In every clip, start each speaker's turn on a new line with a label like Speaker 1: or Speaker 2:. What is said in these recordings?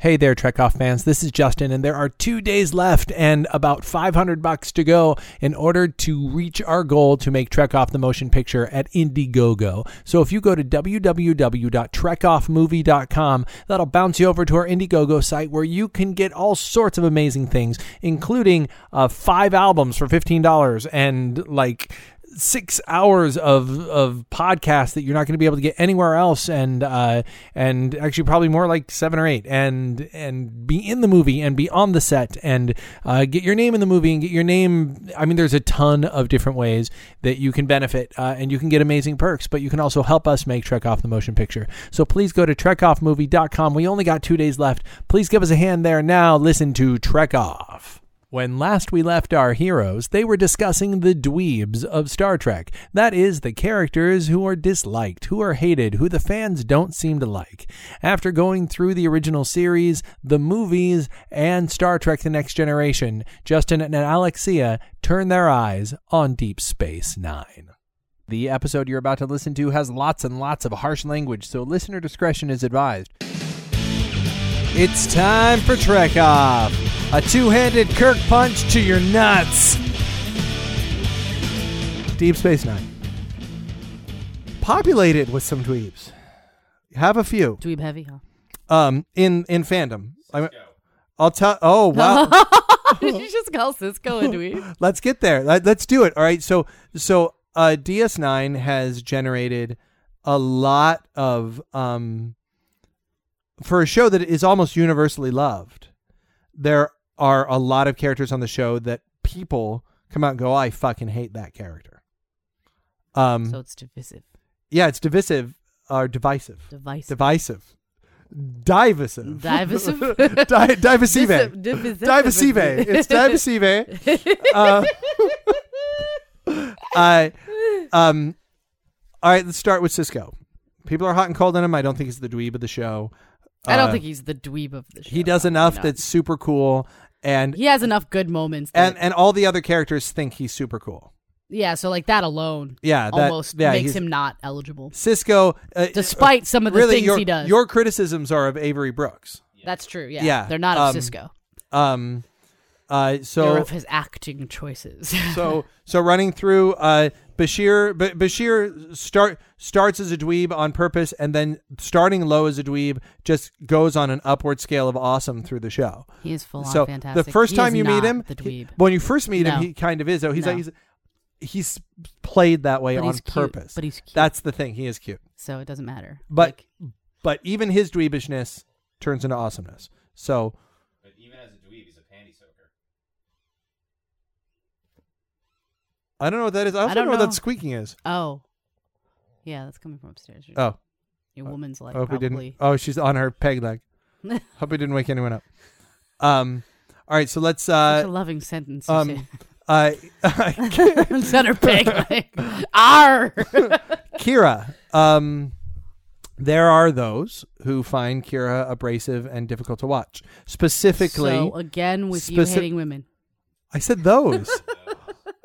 Speaker 1: Hey there, Trek Off fans. This is Justin, and there are two days left and about 500 bucks to go in order to reach our goal to make Trek Off the Motion Picture at Indiegogo. So if you go to www.trekoffmovie.com, that'll bounce you over to our Indiegogo site where you can get all sorts of amazing things, including uh, five albums for $15 and like six hours of of podcast that you're not going to be able to get anywhere else and uh and actually probably more like seven or eight and and be in the movie and be on the set and uh get your name in the movie and get your name i mean there's a ton of different ways that you can benefit uh, and you can get amazing perks but you can also help us make trek off the motion picture so please go to trekoffmovie.com we only got two days left please give us a hand there now listen to trek off when last we left our heroes, they were discussing the dweebs of Star Trek. That is, the characters who are disliked, who are hated, who the fans don't seem to like. After going through the original series, the movies, and Star Trek The Next Generation, Justin and Alexia turn their eyes on Deep Space Nine. The episode you're about to listen to has lots and lots of harsh language, so listener discretion is advised. It's time for Trek Off, a two handed Kirk punch to your nuts. Deep Space Nine. Populated with some dweebs. Have a few.
Speaker 2: Dweeb heavy, huh?
Speaker 1: Um, in, in fandom. I, I'll tell. Oh, wow.
Speaker 2: Did you just call Cisco a dweeb?
Speaker 1: let's get there. Let, us do it. All right. So so uh, DS9 has generated a lot of um for a show that is almost universally loved. There are a lot of characters on the show that people come out and go, "Oh, "I fucking hate that character." Um
Speaker 2: So it's divisive.
Speaker 1: yeah, it's divisive or divisive.
Speaker 2: Divisive.
Speaker 1: Divisive. Divisive.
Speaker 2: Divisive.
Speaker 1: Di- divisive.
Speaker 2: Divisive. Divisive.
Speaker 1: divisive. It's divisive. uh, I, um, all right, let's start with Cisco. People are hot and cold on him. I don't think he's the dweeb of the show.
Speaker 2: I
Speaker 1: Uh,
Speaker 2: don't think he's the dweeb of the show.
Speaker 1: he does
Speaker 2: Probably
Speaker 1: enough
Speaker 2: not.
Speaker 1: that's super cool, and
Speaker 2: He has enough good moments. That,
Speaker 1: and and all the other characters think he's super cool.
Speaker 2: yeah, so like that alone
Speaker 1: Yeah, that,
Speaker 2: almost
Speaker 1: yeah,
Speaker 2: makes
Speaker 1: he's-
Speaker 2: him not eligible.
Speaker 1: Cisco. Uh,
Speaker 2: Despite some of the
Speaker 1: really,
Speaker 2: things
Speaker 1: your,
Speaker 2: he does.
Speaker 1: your criticisms are of Avery Brooks.
Speaker 2: That's true. Yeah.
Speaker 1: Yeah,
Speaker 2: They're not
Speaker 1: um,
Speaker 2: of Cisco.
Speaker 1: Um, uh, so
Speaker 2: They're of his acting choices.
Speaker 1: so so running through uh Bashir B- Bashir start starts as a dweeb on purpose and then starting low as a dweeb just goes on an upward scale of awesome through the show.
Speaker 2: he is full
Speaker 1: so
Speaker 2: on fantastic.
Speaker 1: the first
Speaker 2: He
Speaker 1: time
Speaker 2: is
Speaker 1: you meet
Speaker 2: not
Speaker 1: him
Speaker 2: the
Speaker 1: he-
Speaker 2: dweeb.
Speaker 1: when you first meet him
Speaker 2: No.
Speaker 1: he kind of is though. He's
Speaker 2: No.
Speaker 1: like he's he's played that way
Speaker 2: But
Speaker 1: on
Speaker 2: he's cute.
Speaker 1: purpose.
Speaker 2: But he's cute.
Speaker 1: That's the thing. He is cute.
Speaker 2: so it doesn't matter.
Speaker 1: But
Speaker 2: Like,
Speaker 1: but even his dweebishness turns into awesomeness. So
Speaker 3: But even as a dweeb, he's a panty soaker.
Speaker 1: I don't know what that is. I also
Speaker 2: I don't
Speaker 1: know, what
Speaker 2: know.
Speaker 1: that squeaking is.
Speaker 2: oh. Yeah, that's coming from upstairs. Your,
Speaker 1: Oh,
Speaker 2: your woman's like
Speaker 1: I hope we didn't.
Speaker 2: probably
Speaker 1: Oh, she's on her peg leg. Hope it didn't wake anyone up. Um, all right, so let's.
Speaker 2: such a
Speaker 1: Uh,
Speaker 2: loving sentence.
Speaker 1: um,
Speaker 2: you
Speaker 1: uh,
Speaker 2: say. Center pig like R.
Speaker 1: Kira. Um, there are those who find Kira abrasive and difficult to watch. Specifically,
Speaker 2: So again with
Speaker 1: speci-
Speaker 2: you hating women.
Speaker 1: I said those.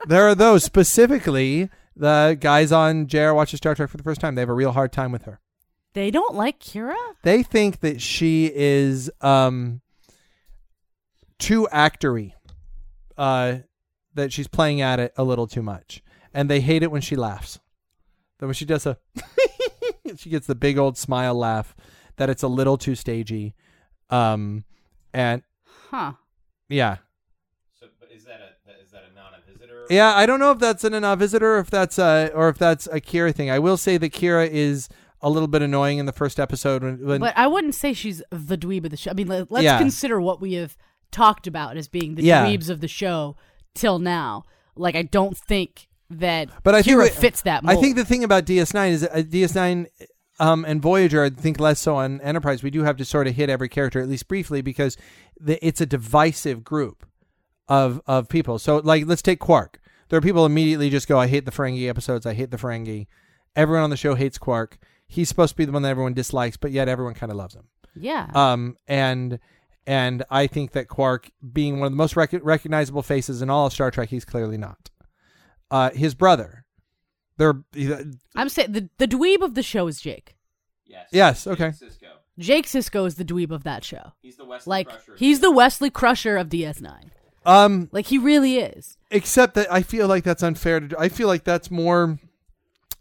Speaker 1: there are those specifically the guys on JR watches Star Trek for the first time. They have a real hard time with her.
Speaker 2: They don't like Kira?
Speaker 1: They think that she is um, too actory, uh, that she's playing at it a little too much, and they hate it when she laughs. That when she does a, she gets the big old smile laugh. That it's a little too stagey, um, and
Speaker 2: Huh.
Speaker 1: yeah,
Speaker 3: So, but is that a that, is that a non a visitor?
Speaker 1: yeah. I don't know if that's an a visitor, or if that's a, or if that's a Kira thing. I will say that Kira is a little bit annoying in the first episode when, when
Speaker 2: But I wouldn't say she's the dweeb of the show. I mean, let, let's
Speaker 1: Yeah.
Speaker 2: consider what we have talked about as being the
Speaker 1: Yeah.
Speaker 2: dweebs of the show till now. Like, I don't think that
Speaker 1: But I think
Speaker 2: Kira
Speaker 1: it-
Speaker 2: fits that
Speaker 1: I
Speaker 2: mold.
Speaker 1: think the thing about DS9 is uh, DS9 um, and Voyager, I think less so on Enterprise, we do have to sort of hit every character, at least briefly, because the, it's a divisive group of, of people. So, like, let's take Quark. There are people immediately just go, I hate the Ferengi episodes. I hate the Ferengi. Everyone on the show hates Quark. He's supposed to be the one that everyone dislikes, but yet everyone kind of loves him.
Speaker 2: yeah.
Speaker 1: Um, and and I think that Quark, being one of the most rec- recognizable faces in all of Star Trek, he's clearly not. Uh, his brother, they're uh,
Speaker 2: I'm saying the, the dweeb of the show is Jake.
Speaker 3: Yes.
Speaker 1: Yes, okay.
Speaker 3: Cisco.
Speaker 2: Jake Sisko is the dweeb of that show.
Speaker 3: He's the Wesley
Speaker 2: Like
Speaker 3: Crusher.
Speaker 2: he's the Wesley Crusher of DS9.
Speaker 1: Um,
Speaker 2: Like he really is.
Speaker 1: except that I feel like that's unfair to. I feel like that's more.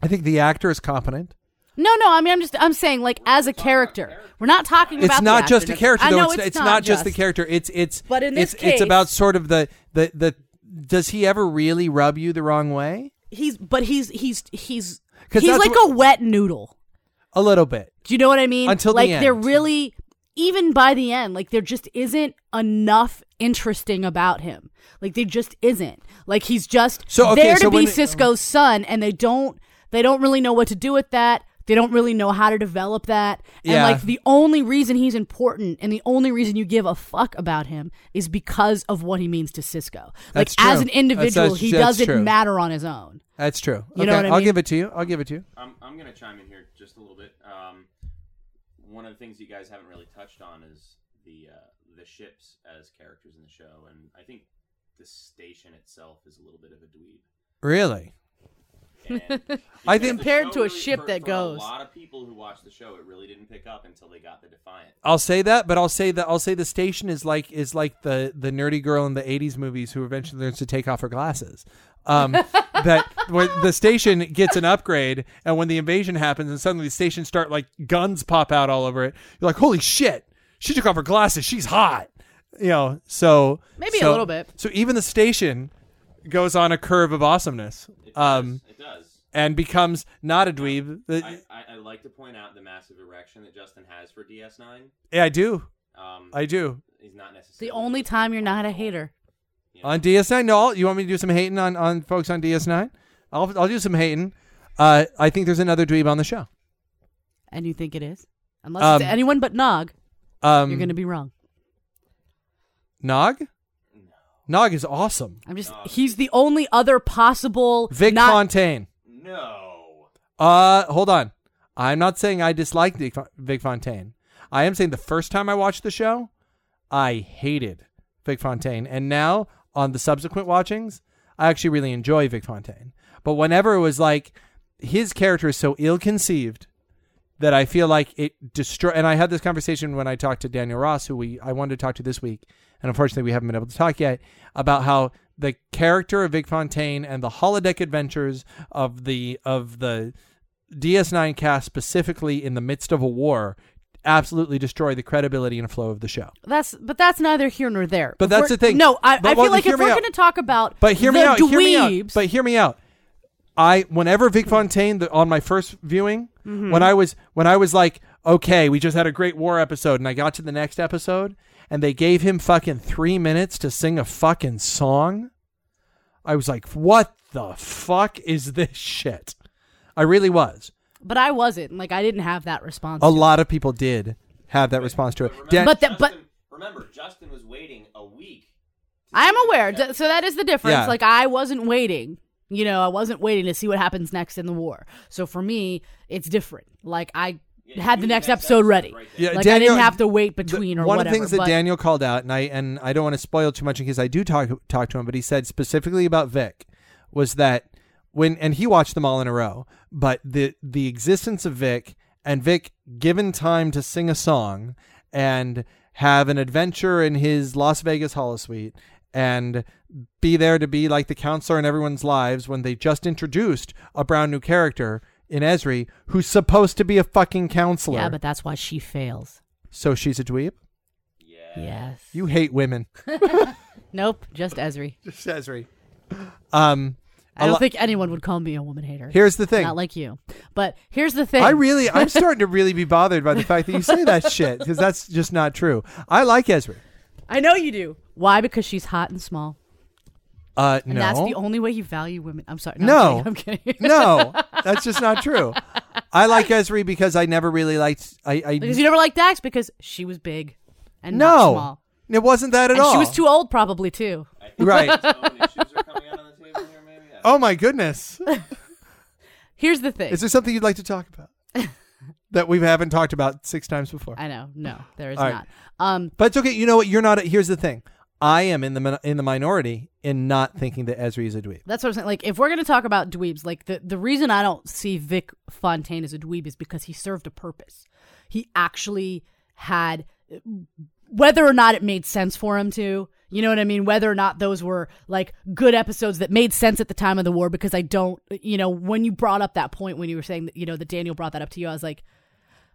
Speaker 1: I think the actor is competent.
Speaker 2: No, no. I mean, I'm just I'm saying like as a character, we're not talking about.
Speaker 1: It's
Speaker 2: the
Speaker 1: not
Speaker 2: actor.
Speaker 1: just a character
Speaker 2: I
Speaker 1: though.
Speaker 2: know
Speaker 1: it's, it's not just the character. It's it's
Speaker 2: But in this
Speaker 1: it's, it's
Speaker 2: case-
Speaker 1: about sort of the the the. Does he ever really rub you the wrong way?
Speaker 2: He's but he's he's he's
Speaker 1: 'Cause
Speaker 2: he's
Speaker 1: that's
Speaker 2: like
Speaker 1: what-
Speaker 2: a wet noodle.
Speaker 1: A little bit.
Speaker 2: Do you know what I mean?
Speaker 1: Until the
Speaker 2: like
Speaker 1: end.
Speaker 2: they're really even by the end, like there just isn't enough interesting about him. Like they just isn't. Like he's just
Speaker 1: So, okay,
Speaker 2: there
Speaker 1: so
Speaker 2: to be
Speaker 1: when-
Speaker 2: Cisco's son, and they don't they don't really know what to do with that. They don't really know how to develop that. And
Speaker 1: Yeah.
Speaker 2: like the only reason he's important and the only reason you give a fuck about him is because of what he means to Cisco. Like
Speaker 1: That's true.
Speaker 2: as an
Speaker 1: That's-
Speaker 2: individual,
Speaker 1: that's-
Speaker 2: he
Speaker 1: that's
Speaker 2: doesn't
Speaker 1: true.
Speaker 2: matter on his own.
Speaker 1: That's true.
Speaker 2: You
Speaker 1: okay,
Speaker 2: know what I
Speaker 1: will
Speaker 2: mean?
Speaker 1: give it to you. I'll give it to you.
Speaker 3: I'm, I'm going to chime in here just a little bit. Um, one of the things you guys haven't really touched on is the uh, the ships as characters in the show, and I think the station itself is a little bit of a dweeb.
Speaker 1: Really?
Speaker 3: And
Speaker 1: I
Speaker 3: because
Speaker 1: think-
Speaker 3: the
Speaker 2: Compared
Speaker 3: show
Speaker 2: to a ship
Speaker 3: for-
Speaker 2: that
Speaker 3: for
Speaker 2: goes.
Speaker 3: A lot of people who watched the show, it really didn't pick up until they got the Defiant.
Speaker 1: I'll say that, but I'll say that I'll say the station is like is like the the nerdy girl in the '80s movies who eventually learns to take off her glasses. Um, that when the station gets an upgrade, and when the invasion happens, and suddenly the station start like guns pop out all over it. You're like, holy shit! She took off her glasses. She's hot. You know, so
Speaker 2: Maybe a
Speaker 1: so-
Speaker 2: little bit.
Speaker 1: So even the station goes on a curve of awesomeness,
Speaker 3: It does.
Speaker 1: um,
Speaker 3: it does.
Speaker 1: and becomes not a dweeb.
Speaker 3: I, I, I like to point out the massive erection that Justin has for DS9.
Speaker 1: yeah, I do.
Speaker 3: Um,
Speaker 1: I do.
Speaker 3: he's not necessarily
Speaker 2: The only time you're not a hater.
Speaker 1: on DS9. No, I'll- you want me to do some hating on, on folks on DS9? I'll I'll do some hating. Uh, I think there's another dweeb on the show.
Speaker 2: And you think it is? Unless
Speaker 1: Um,
Speaker 2: it's anyone but Nog,
Speaker 1: Um,
Speaker 2: you're gonna be wrong.
Speaker 1: Nog. Nog is awesome.
Speaker 2: I'm just he's the only other possible
Speaker 1: Vic
Speaker 2: not-
Speaker 1: Fontaine.
Speaker 3: No.
Speaker 1: Uh, hold on. I'm not saying I dislike Vic, Fon- Vic Fontaine. I am saying the first time I watched the show, I hated Vic Fontaine, and now on the subsequent watchings, I actually really enjoy Vic Fontaine. But whenever it was like his character is so ill-conceived that I feel like it destroy. And I had this conversation when I talked to Daniel Ross, who we I wanted to talk to this week, and unfortunately we haven't been able to talk yet about how the character of Vic Fontaine and the holodeck adventures of the of the DS9 cast specifically in the midst of a war absolutely destroy the credibility and flow of the show.
Speaker 2: That's but that's neither here nor there.
Speaker 1: But
Speaker 2: If
Speaker 1: that's the
Speaker 2: we're-
Speaker 1: thing.
Speaker 2: No, I,
Speaker 1: But
Speaker 2: I
Speaker 1: well,
Speaker 2: feel like
Speaker 1: hear
Speaker 2: if
Speaker 1: me
Speaker 2: we're
Speaker 1: out.
Speaker 2: going to talk about
Speaker 1: But hear me
Speaker 2: the
Speaker 1: out. Hear me out.
Speaker 2: dweebs-
Speaker 1: But hear me out. I whenever Vic Fontaine the, on my first viewing,
Speaker 2: Mm-hmm.
Speaker 1: when I was when I was like, okay, we just had a great war episode, and I got to the next episode, and they gave him fucking three minutes to sing a fucking song. I was like, what the fuck is this shit? I really was.
Speaker 2: but I wasn't like I didn't have that response.
Speaker 1: A
Speaker 2: to it.
Speaker 1: lot of people did have that response to it. Dan-
Speaker 2: But that- but-
Speaker 3: Justin, remember, Justin was waiting a week. to
Speaker 2: I'm
Speaker 3: see the
Speaker 2: aware.
Speaker 3: next
Speaker 2: d- So that is the difference.
Speaker 1: Yeah.
Speaker 2: Like I wasn't waiting. You know, I wasn't waiting to see what happens next in the war. So for me, it's different. Like I
Speaker 3: Yeah,
Speaker 2: had
Speaker 3: you
Speaker 2: the
Speaker 3: knew
Speaker 2: next
Speaker 3: that
Speaker 2: episode
Speaker 3: episode
Speaker 2: ready.
Speaker 3: right
Speaker 1: Yeah,
Speaker 3: there.
Speaker 2: like
Speaker 1: Daniel-
Speaker 2: I didn't have to wait
Speaker 1: The-
Speaker 2: between or
Speaker 1: one
Speaker 2: whatever.
Speaker 1: of the things that
Speaker 2: but-
Speaker 1: Daniel called out, and I and I don't want to spoil too much in case I do talk talk to him, but he said specifically about Vic was that when and he watched them all in a row, but the the existence of Vic and Vic given time to sing a song and have an adventure in his Las Vegas holosuite and be there to be like the counselor in everyone's lives when they just introduced a brand new character in Esri who's supposed to be a fucking counselor.
Speaker 2: yeah, but that's why she fails.
Speaker 1: so she's a dweeb.
Speaker 3: Yeah.
Speaker 2: Yes.
Speaker 1: You hate women.
Speaker 2: Nope. Just Esri.
Speaker 1: Cesare. Um,
Speaker 2: I don't
Speaker 1: lo-
Speaker 2: think anyone would call me a woman hater.
Speaker 1: here's the thing.
Speaker 2: Not like you. But here's the thing.
Speaker 1: I really, I'm starting to really be bothered by the fact that you say that shit because that's just not true. I like Ezra.
Speaker 2: I know you do. Why? Because she's hot and small.
Speaker 1: Uh,
Speaker 2: And
Speaker 1: no,
Speaker 2: that's the only way you value women. I'm sorry.
Speaker 1: No.
Speaker 2: I'm kidding. I'm kidding.
Speaker 1: no, that's just not true. I like Ezri because I never really liked. I, I
Speaker 2: because you never liked Dax because she was big and not
Speaker 1: no,
Speaker 2: small.
Speaker 1: it wasn't that at
Speaker 2: And
Speaker 1: all.
Speaker 2: she was too old probably too.
Speaker 3: I think
Speaker 1: right.
Speaker 3: his own issues are coming out on the table here, maybe. I don't
Speaker 1: Oh my goodness!
Speaker 2: Here's the thing.
Speaker 1: Is there something you'd like to talk about that we haven't talked about six times before?
Speaker 2: I know. No, there is
Speaker 1: All right.
Speaker 2: not. Um
Speaker 1: But it's okay. You know what? You're not. A, here's the thing. I am in the min- in the minority in not thinking that Ezri is a dweeb.
Speaker 2: that's what I'm saying. Like, if we're gonna talk about dweebs, like the, the reason I don't see Vic Fontaine as a dweeb is because he served a purpose. he actually had whether or not it made sense for him to you know what i mean whether or not those were like good episodes that made sense at the time of the war because i don't you know when you brought up that point when you were saying that you know that daniel brought that up to you i was like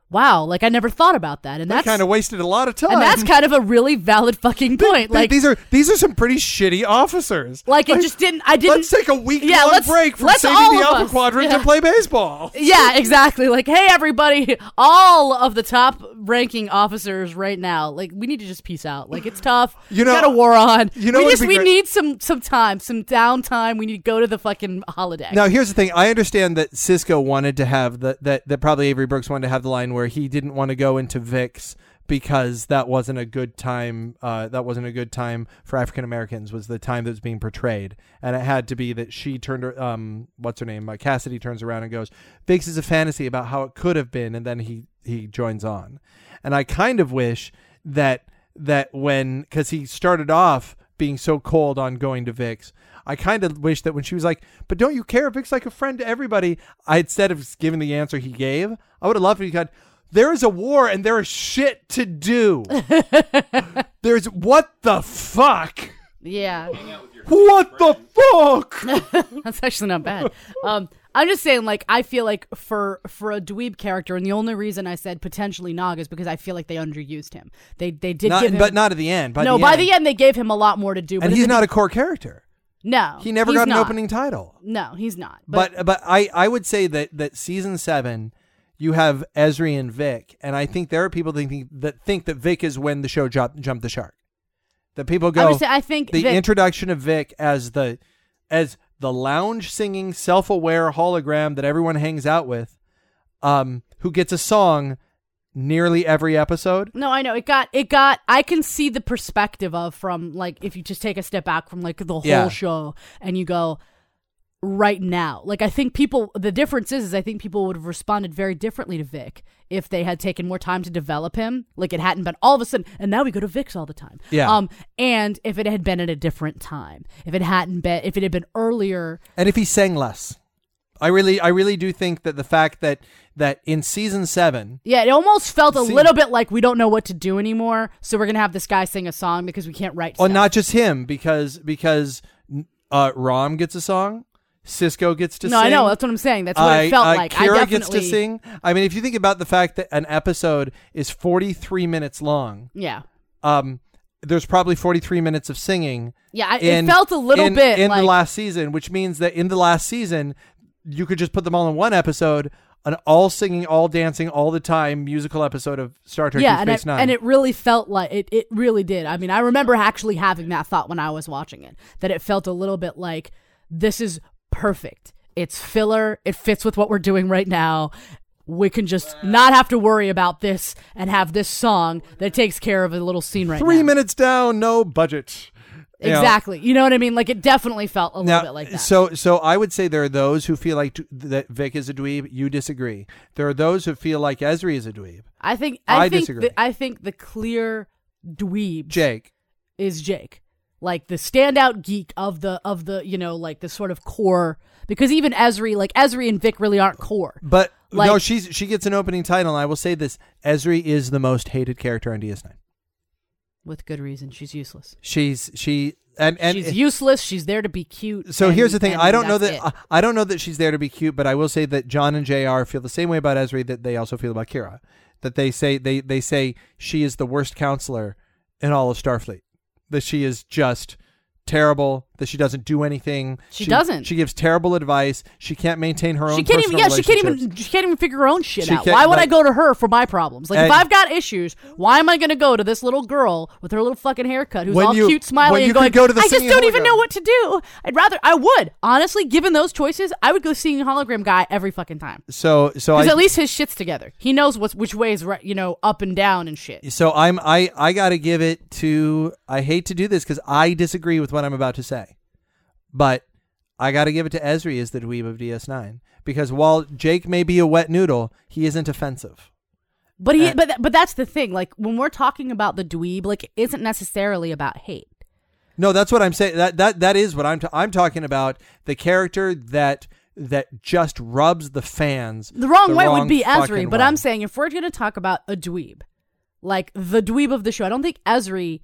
Speaker 2: wow like i never thought about that and
Speaker 1: They
Speaker 2: that's
Speaker 1: kind of wasted a lot of time.
Speaker 2: and that's kind of a really valid fucking point
Speaker 1: Th-
Speaker 2: like
Speaker 1: these are these are some pretty shitty officers.
Speaker 2: like it just didn't i didn't
Speaker 1: Let's take a week
Speaker 2: Yeah,
Speaker 1: long
Speaker 2: let's-
Speaker 1: break from
Speaker 2: let's all
Speaker 1: saving the
Speaker 2: of
Speaker 1: Alpha
Speaker 2: us.
Speaker 1: Quadrant
Speaker 2: Yeah.
Speaker 1: to play baseball.
Speaker 2: Yeah, exactly. Like, hey, everybody, all of the top ranking officers right now, like, we need to just peace out. Like, it's tough.
Speaker 1: You
Speaker 2: We
Speaker 1: know-
Speaker 2: got a war on.
Speaker 1: you know
Speaker 2: we
Speaker 1: what'd
Speaker 2: just
Speaker 1: be
Speaker 2: we
Speaker 1: great-
Speaker 2: need some some time, some downtime. We need to go to the fucking holiday.
Speaker 1: Now here's the thing. I understand that Cisco wanted to have the, that that probably Avery Brooks wanted to have the line where he didn't want to go into VIX because that wasn't a good time. Uh, that wasn't a good time for African Americans. Was the time that was being portrayed, and it had to be that she turned. her- Um, what's her name? Uh, Cassidy turns around and goes, "VIX is a fantasy about how it could have been," and then he he joins on, and I kind of wish that that when because he started off being so cold on going to Vix. I kind of wish that when she was like, "But don't you care? Vic's like a friend to everybody." I instead of giving the answer he gave, I would have loved if he got. There is a war and there is shit to do. There's what the fuck?
Speaker 2: yeah,
Speaker 1: What the fuck?
Speaker 2: that's actually not bad. Um, I'm just saying, like, I feel like for for a dweeb character, and the only reason I said potentially Nog is because I feel like they underused him. They they did give
Speaker 1: Not,
Speaker 2: him,
Speaker 1: but not at the end. By
Speaker 2: no.
Speaker 1: the
Speaker 2: by
Speaker 1: end.
Speaker 2: the end, they gave him a lot more to do.
Speaker 1: and
Speaker 2: but
Speaker 1: he's
Speaker 2: at the
Speaker 1: not a core character.
Speaker 2: be- no.
Speaker 1: He never
Speaker 2: he's
Speaker 1: got an
Speaker 2: not.
Speaker 1: opening title.
Speaker 2: No, he's not.
Speaker 1: but but, I, I would say that that season seven you have Esri and Vic, and I think there are people that think that think that Vic is when the show jumped jumped the shark. That people
Speaker 2: I
Speaker 1: go
Speaker 2: would say I think
Speaker 1: the
Speaker 2: that-
Speaker 1: introduction of Vic as the as the lounge singing self aware hologram that everyone hangs out with, um, who gets a song nearly every episode.
Speaker 2: No, I know it got it got. I can see the perspective of from like if you just take a step back from like the whole
Speaker 1: Yeah.
Speaker 2: show and you go right now. Like I think people the difference is is I think people would have responded very differently to Vic if they had taken more time to develop him. Like it hadn't been all of a sudden and now we go to Vic's all the time.
Speaker 1: Yeah.
Speaker 2: Um and if it had been at a different time. If it hadn't been if it had been earlier
Speaker 1: and if he sang less. I really I really do think that the fact that that in season seven
Speaker 2: Yeah, it almost felt a
Speaker 1: See-
Speaker 2: little bit like we don't know what to do anymore, so we're gonna have this guy sing a song because we can't write.
Speaker 1: Well,
Speaker 2: stuff.
Speaker 1: Oh, not just him because because uh, Rom gets a song, Cisco gets to
Speaker 2: no,
Speaker 1: sing.
Speaker 2: I know that's what I'm saying. That's what it felt
Speaker 1: uh,
Speaker 2: like.
Speaker 1: Kira
Speaker 2: I definitely,
Speaker 1: gets to sing. I mean, if you think about the fact that an episode is 43 minutes long,
Speaker 2: Yeah,
Speaker 1: um, there's probably 43 minutes of singing.
Speaker 2: yeah. I, it felt a little
Speaker 1: in-
Speaker 2: bit
Speaker 1: in
Speaker 2: like
Speaker 1: the last season, which means that in the last season, you could just put them all in one episode. An all singing, all dancing, all the time musical episode of Star Trek
Speaker 2: yeah,
Speaker 1: Deep
Speaker 2: and
Speaker 1: Space
Speaker 2: it,
Speaker 1: Nine.
Speaker 2: and it really felt like it. It really did. I mean, I remember actually having that thought when I was watching it that it felt a little bit like this is perfect. It's filler. It fits with what we're doing right now. We can just not have to worry about this and have this song that takes care of a little scene right
Speaker 1: Three
Speaker 2: now.
Speaker 1: minutes down, no budget. You know.
Speaker 2: Exactly. You know what I mean? Like it definitely felt a little
Speaker 1: Now,
Speaker 2: bit like that.
Speaker 1: So, so I would say there are those who feel like d- that Vic is a dweeb. You disagree. There are those who feel like Esri is a dweeb.
Speaker 2: I think I,
Speaker 1: I
Speaker 2: think
Speaker 1: disagree.
Speaker 2: The, I think the clear dweeb
Speaker 1: Jake,
Speaker 2: is Jake, like the standout geek of the of the you know like the sort of core because even Esri like Esri and Vic really aren't core.
Speaker 1: but no,
Speaker 2: Like-
Speaker 1: she's she gets an opening title. And I will say this: Esri is the most hated character on DS9.
Speaker 2: With good reason, she's useless.
Speaker 1: She's she and and
Speaker 2: she's useless. She's there to be cute.
Speaker 1: so
Speaker 2: and-
Speaker 1: here's the thing:
Speaker 2: and
Speaker 1: I don't know
Speaker 2: that's
Speaker 1: that
Speaker 2: it.
Speaker 1: I, I don't know that she's there to be cute, but I will say that John and Jr. feel the same way about Esri that they also feel about Kira. That they say they they say she is the worst counselor in all of Starfleet. That she is just terrible. That she doesn't do anything.
Speaker 2: She doesn't.
Speaker 1: She gives terrible advice. She can't maintain her own.
Speaker 2: she can't even.
Speaker 1: personal
Speaker 2: Yeah, she can't even.
Speaker 1: relationships.
Speaker 2: She can't even figure her own shit
Speaker 1: She
Speaker 2: out.
Speaker 1: can't,
Speaker 2: Why would I
Speaker 1: like-
Speaker 2: go to her for my problems? Like
Speaker 1: And-
Speaker 2: if I've got issues, why am I going to go to this little girl with her little fucking haircut who's
Speaker 1: When
Speaker 2: all
Speaker 1: you-
Speaker 2: cute, smiling,
Speaker 1: when you
Speaker 2: and
Speaker 1: could
Speaker 2: going,
Speaker 1: go to the
Speaker 2: I just
Speaker 1: singing
Speaker 2: don't even
Speaker 1: hologram."
Speaker 2: know what to do. I'd rather. I would honestly, given those choices, I would go seeing hologram guy every fucking time.
Speaker 1: So so I
Speaker 2: Because at least his shit's together. He knows what's which way is right, you know, up and down and shit.
Speaker 1: so I'm I I got to give it to I hate to do this cuz I disagree with what I'm about to say. But I got to give it to Esri as the dweeb of DS9 because while Jake may be a wet noodle, he isn't offensive.
Speaker 2: But he,
Speaker 1: Uh,
Speaker 2: but th- but that's the thing. Like when we're talking about the dweeb, like it isn't necessarily about hate.
Speaker 1: No, that's what I'm saying. That that that is what I'm t- I'm talking about the character that that just rubs the fans
Speaker 2: The wrong
Speaker 1: the
Speaker 2: way
Speaker 1: wrong
Speaker 2: would be Esri,
Speaker 1: fucking
Speaker 2: but
Speaker 1: way.
Speaker 2: I'm saying if we're going to talk about a dweeb, like the dweeb of the show, I don't think Esri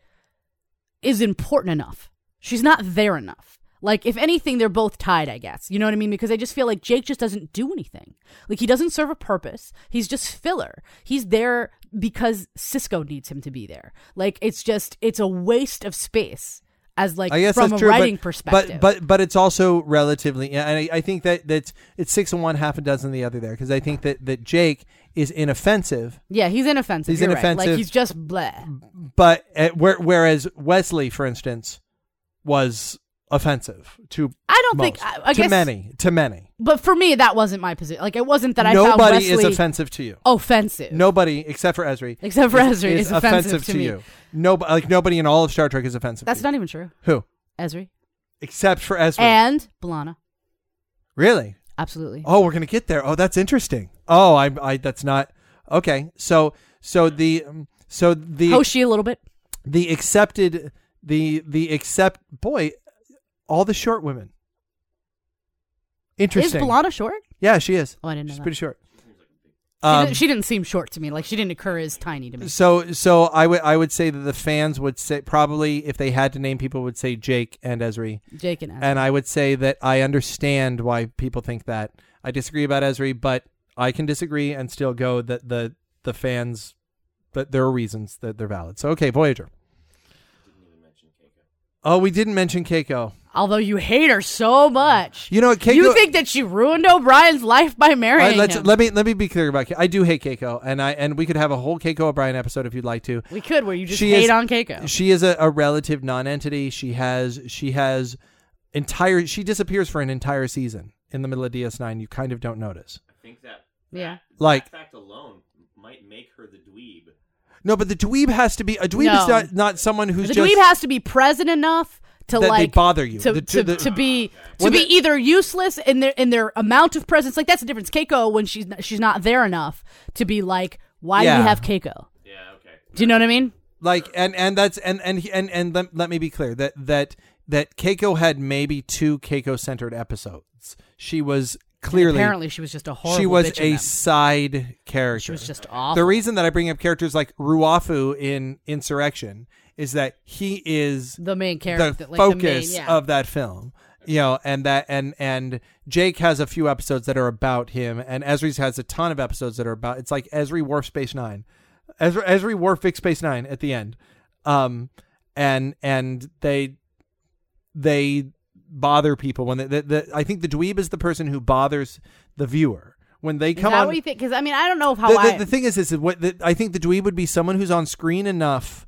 Speaker 2: is important enough. She's not there enough. Like, if anything, they're both tied, I guess. You know what I mean? Because I just feel like Jake just doesn't do anything. Like, he doesn't serve a purpose. He's just filler. He's there because Cisco needs him to be there. Like, it's just, it's a waste of space as, like,
Speaker 1: I guess
Speaker 2: from
Speaker 1: that's
Speaker 2: a
Speaker 1: true,
Speaker 2: writing
Speaker 1: but,
Speaker 2: perspective.
Speaker 1: But but but it's also relatively, and I, I think that that's it's six and one, half a dozen the other there, because I think that that Jake is inoffensive,
Speaker 2: yeah, he's inoffensive.
Speaker 1: He's
Speaker 2: You're right.
Speaker 1: inoffensive.
Speaker 2: Like, he's just bleh.
Speaker 1: but uh, where, whereas Wesley, for instance, was offensive to
Speaker 2: I don't think-
Speaker 1: most,
Speaker 2: I- I
Speaker 1: to
Speaker 2: guess-
Speaker 1: many to many.
Speaker 2: But for me, that wasn't my position. Like, it wasn't that I found
Speaker 1: Nobody
Speaker 2: Wesley
Speaker 1: is offensive to you.
Speaker 2: offensive.
Speaker 1: Nobody except for Esri.
Speaker 2: Except for Ezri is offensive to me.
Speaker 1: you. No, like nobody in all of Star Trek is offensive.
Speaker 2: That's
Speaker 1: to you.
Speaker 2: not Eh. even true.
Speaker 1: who
Speaker 2: Ezri
Speaker 1: except for Esri.
Speaker 2: and Balana.
Speaker 1: really?
Speaker 2: Absolutely.
Speaker 1: Oh, we're gonna get there. Oh, that's interesting. Oh, I, I that's not okay. So, so the, um, so the,
Speaker 2: Hoshi Oh, a little bit.
Speaker 1: the accepted, the the accept boy, all the short women.
Speaker 2: Is
Speaker 1: Interesting.
Speaker 2: Balana short?
Speaker 1: yeah, she is.
Speaker 2: Oh, I didn't know
Speaker 1: She's
Speaker 2: that.
Speaker 1: pretty short.
Speaker 2: She,
Speaker 1: Um,
Speaker 2: didn't, she didn't seem short to me. Like she didn't occur as tiny to me.
Speaker 1: so, so I would I would say that the fans would say probably if they had to name people would say Jake and Esri,
Speaker 2: Jake and Ezri.
Speaker 1: and I would say that I understand why people think that. I disagree about Esri, but I can disagree and still go that the the fans that there are reasons that they're valid. So okay, Voyager. Oh, we didn't mention Keiko.
Speaker 2: Although you hate her so much,
Speaker 1: You know what, Keiko?
Speaker 2: you think that she ruined O'Brien's life by
Speaker 1: All
Speaker 2: marrying
Speaker 1: right, let's
Speaker 2: him.
Speaker 1: let me let me be clear about. Ke- I do hate Keiko, and I and we could have a whole Keiko O'Brien episode if you'd like to.
Speaker 2: we could, where you just
Speaker 1: She
Speaker 2: hate
Speaker 1: is-
Speaker 2: on Keiko.
Speaker 1: She is a, a relative nonentity. She has she has entire. She disappears for an entire season in the middle of DS9. You kind of don't notice.
Speaker 3: I think that
Speaker 2: Yeah.
Speaker 1: Like-
Speaker 3: that fact alone might make her the dweeb.
Speaker 1: No, but the dweeb has to be a dweeb
Speaker 2: No.
Speaker 1: is not, not someone who's
Speaker 2: the
Speaker 1: just
Speaker 2: dweeb has to be present enough to
Speaker 1: That they
Speaker 2: like
Speaker 1: bother you.
Speaker 2: to,
Speaker 1: The-
Speaker 2: to,
Speaker 1: the-
Speaker 2: to be to
Speaker 1: When
Speaker 2: be
Speaker 1: the-
Speaker 2: either useless in their in their amount of presence. Like that's the difference. Keiko when she's not, she's not there enough to be like, why do
Speaker 1: Yeah.
Speaker 2: we have Keiko?
Speaker 3: Yeah, okay.
Speaker 2: Do you know what I mean?
Speaker 1: like and and that's and and he- and and let, let me be clear that that that Keiko had maybe two Keiko centered episodes. She was clearly
Speaker 2: Apparently, she was just a horrible.
Speaker 1: she was
Speaker 2: bitch in
Speaker 1: a
Speaker 2: them.
Speaker 1: side character.
Speaker 2: She was just awful.
Speaker 1: the reason that I bring up characters like Ruafu in Insurrection is that he is
Speaker 2: the main
Speaker 1: the
Speaker 2: character, like
Speaker 1: focus
Speaker 2: the main, yeah.
Speaker 1: of that film. You know, and that and and Jake has a few episodes that are about him, and Ezri's has a ton of episodes that are about. It's like Ezri Warp Space Nine, Ezri, Ezri Warp Fix Space Nine at the end, um, and and they they bother people when they, the, the, I think the dweeb is the person who bothers the viewer when they
Speaker 2: Is
Speaker 1: come
Speaker 2: that
Speaker 1: on.
Speaker 2: what you think? Because I mean, I don't know if how
Speaker 1: the, the-
Speaker 2: Oh, I.
Speaker 1: the thing is, is that what the, I think the dweeb would be someone who's on screen enough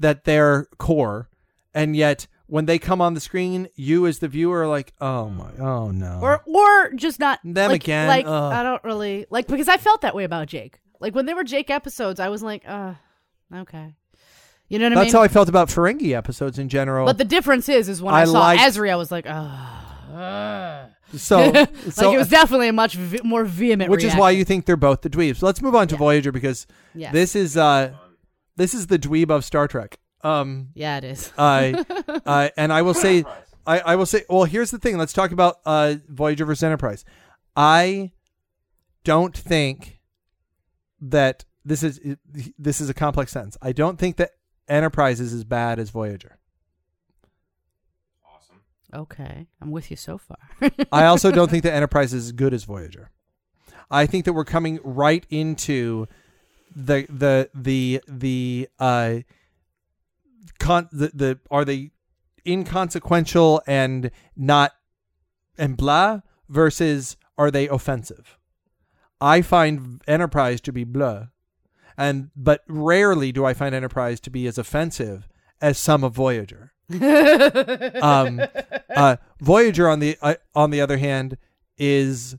Speaker 1: that they're core, and yet when they come on the screen, you as the viewer are like, oh my, oh no.
Speaker 2: or or just not
Speaker 1: Them
Speaker 2: like,
Speaker 1: again,
Speaker 2: Like
Speaker 1: ugh.
Speaker 2: I don't really like because I felt that way about Jake. Like when there were Jake episodes, I was like, uh, okay, you know what I
Speaker 1: That's
Speaker 2: mean.
Speaker 1: how I felt about Ferengi episodes in general.
Speaker 2: But the difference is, is when I,
Speaker 1: I
Speaker 2: saw
Speaker 1: liked-
Speaker 2: Ezri, I was like, oh.
Speaker 1: so,
Speaker 2: like
Speaker 1: so uh,
Speaker 2: it was definitely a much ve- more vehement.
Speaker 1: which is why
Speaker 2: reaction.
Speaker 1: you think they're both the dweebs. Let's move on to Voyager because
Speaker 2: Yes.
Speaker 1: this is uh, this is the dweeb of Star Trek. Um,
Speaker 2: Yeah, it is.
Speaker 1: I, I and I will say, I, I will say. Well, here's the thing. Let's talk about uh, Voyager versus Enterprise. I don't think that this is this is a complex sentence. I don't think that Enterprise is as bad as Voyager.
Speaker 3: Awesome.
Speaker 2: Okay, I'm with you so far.
Speaker 1: I also don't think that Enterprise is as good as Voyager. I think that we're coming right into the the the the uh con the, the are they inconsequential and not and blah versus are they offensive? I find Enterprise to be blah, and but rarely do I find Enterprise to be as offensive as some of Voyager um, uh, Voyager on the uh, on the other hand is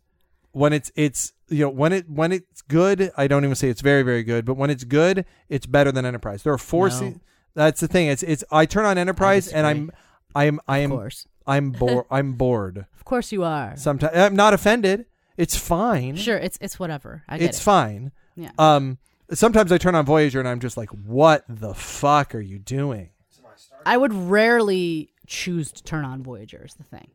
Speaker 1: when it's it's you know when it when it's good. I don't even say it's very very good, but when it's good, it's better than Enterprise. There are four.
Speaker 2: No.
Speaker 1: se- that's the thing. It's it's I turn on Enterprise and I'm
Speaker 2: disagree.
Speaker 1: I'm I
Speaker 2: of
Speaker 1: am
Speaker 2: course,
Speaker 1: I'm bored. I'm bored.
Speaker 2: of course, you are.
Speaker 1: Sometimes I'm not offended. It's fine.
Speaker 2: Sure, it's it's whatever. I get
Speaker 1: it's
Speaker 2: it.
Speaker 1: fine.
Speaker 2: Yeah.
Speaker 1: Um. Sometimes I turn on Voyager and I'm just like, "What the fuck are you doing?"
Speaker 2: I would rarely choose to turn on Voyager. Is the thing.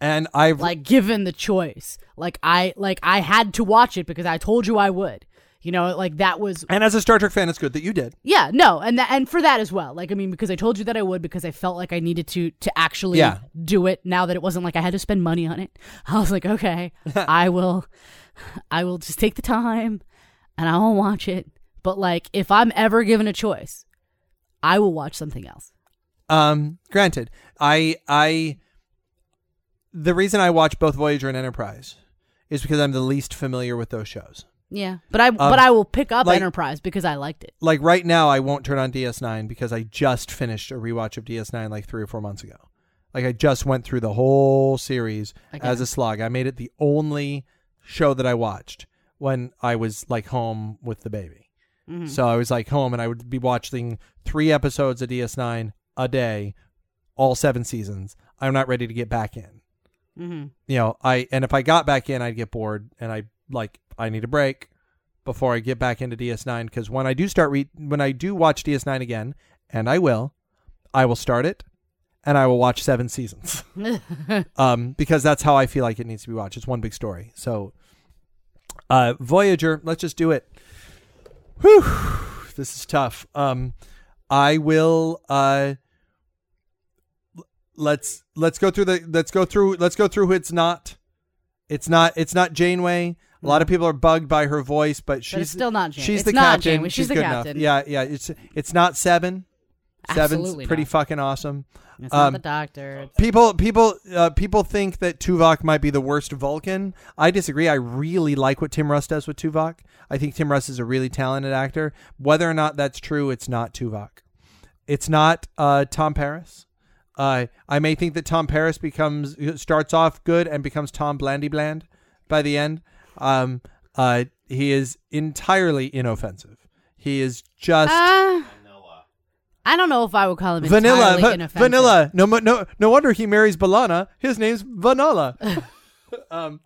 Speaker 1: And I
Speaker 2: like given the choice like i like i had to watch it because i told you i would you know like that was
Speaker 1: and as a Star Trek fan, it's good that you did.
Speaker 2: yeah no and that and for that as well like i mean because i told you that i would because i felt like i needed to to actually
Speaker 1: Yeah.
Speaker 2: do it now that it wasn't like i had to spend money on it i was like okay i will i will just take the time and i won't watch it but like if i'm ever given a choice i will watch something else
Speaker 1: Um, granted, I I the reason I watch both Voyager and Enterprise is because I'm the least familiar with those shows.
Speaker 2: yeah but i but i will pick up
Speaker 1: Um, like-
Speaker 2: enterprise because i liked it
Speaker 1: Like right now, I won't turn on DS9 because I just finished a rewatch of DS9 like three or four months ago. Like I just went through the whole series
Speaker 2: Again.
Speaker 1: as a slog. I made it the only show that I watched when I was like home with the baby.
Speaker 2: Mm-hmm.
Speaker 1: So I was like home and I would be watching three episodes of DS9 a day, all seven seasons. I'm not ready to get back in.
Speaker 2: mm-hmm.
Speaker 1: you know, I and if I got back in, I'd get bored, and I like I need a break before I get back into DS9 because when I do start re- when I do watch DS9 again, and I will, I will start it, and I will watch seven seasons, um, because that's how I feel like it needs to be watched. It's one big story. So, uh, Voyager, let's just do it. Whew, this is tough. Um, I will. Uh, let's let's go through the let's go through let's go through who it's not it's not it's not janeway a lot of people are bugged by her voice but she's
Speaker 2: still not Janeway.
Speaker 1: she's
Speaker 2: Mm-hmm. It's
Speaker 1: the
Speaker 2: not
Speaker 1: captain
Speaker 2: Janeway. She's the
Speaker 1: good
Speaker 2: captain.
Speaker 1: enough yeah yeah it's it's not seven
Speaker 2: Absolutely
Speaker 1: seven's pretty
Speaker 2: not.
Speaker 1: fucking awesome
Speaker 2: it's
Speaker 1: Um,
Speaker 2: not the doctor
Speaker 1: people people uh, people think that tuvok might be the worst vulcan i disagree i really like what tim russ does with tuvok i think tim russ is a really talented actor whether or not that's true it's not tuvok it's not uh, tom paris uh, i may think that tom paris becomes starts off good and becomes tom blandy bland by the end um, uh, he is entirely inoffensive he is just
Speaker 2: Ah,
Speaker 3: Vanilla.
Speaker 2: I don't know if I would call him
Speaker 1: Vanilla,
Speaker 2: entirely
Speaker 1: va-
Speaker 2: inoffensive.
Speaker 1: vanilla. No, mo- no, no wonder he marries Balana. His name's Vanilla.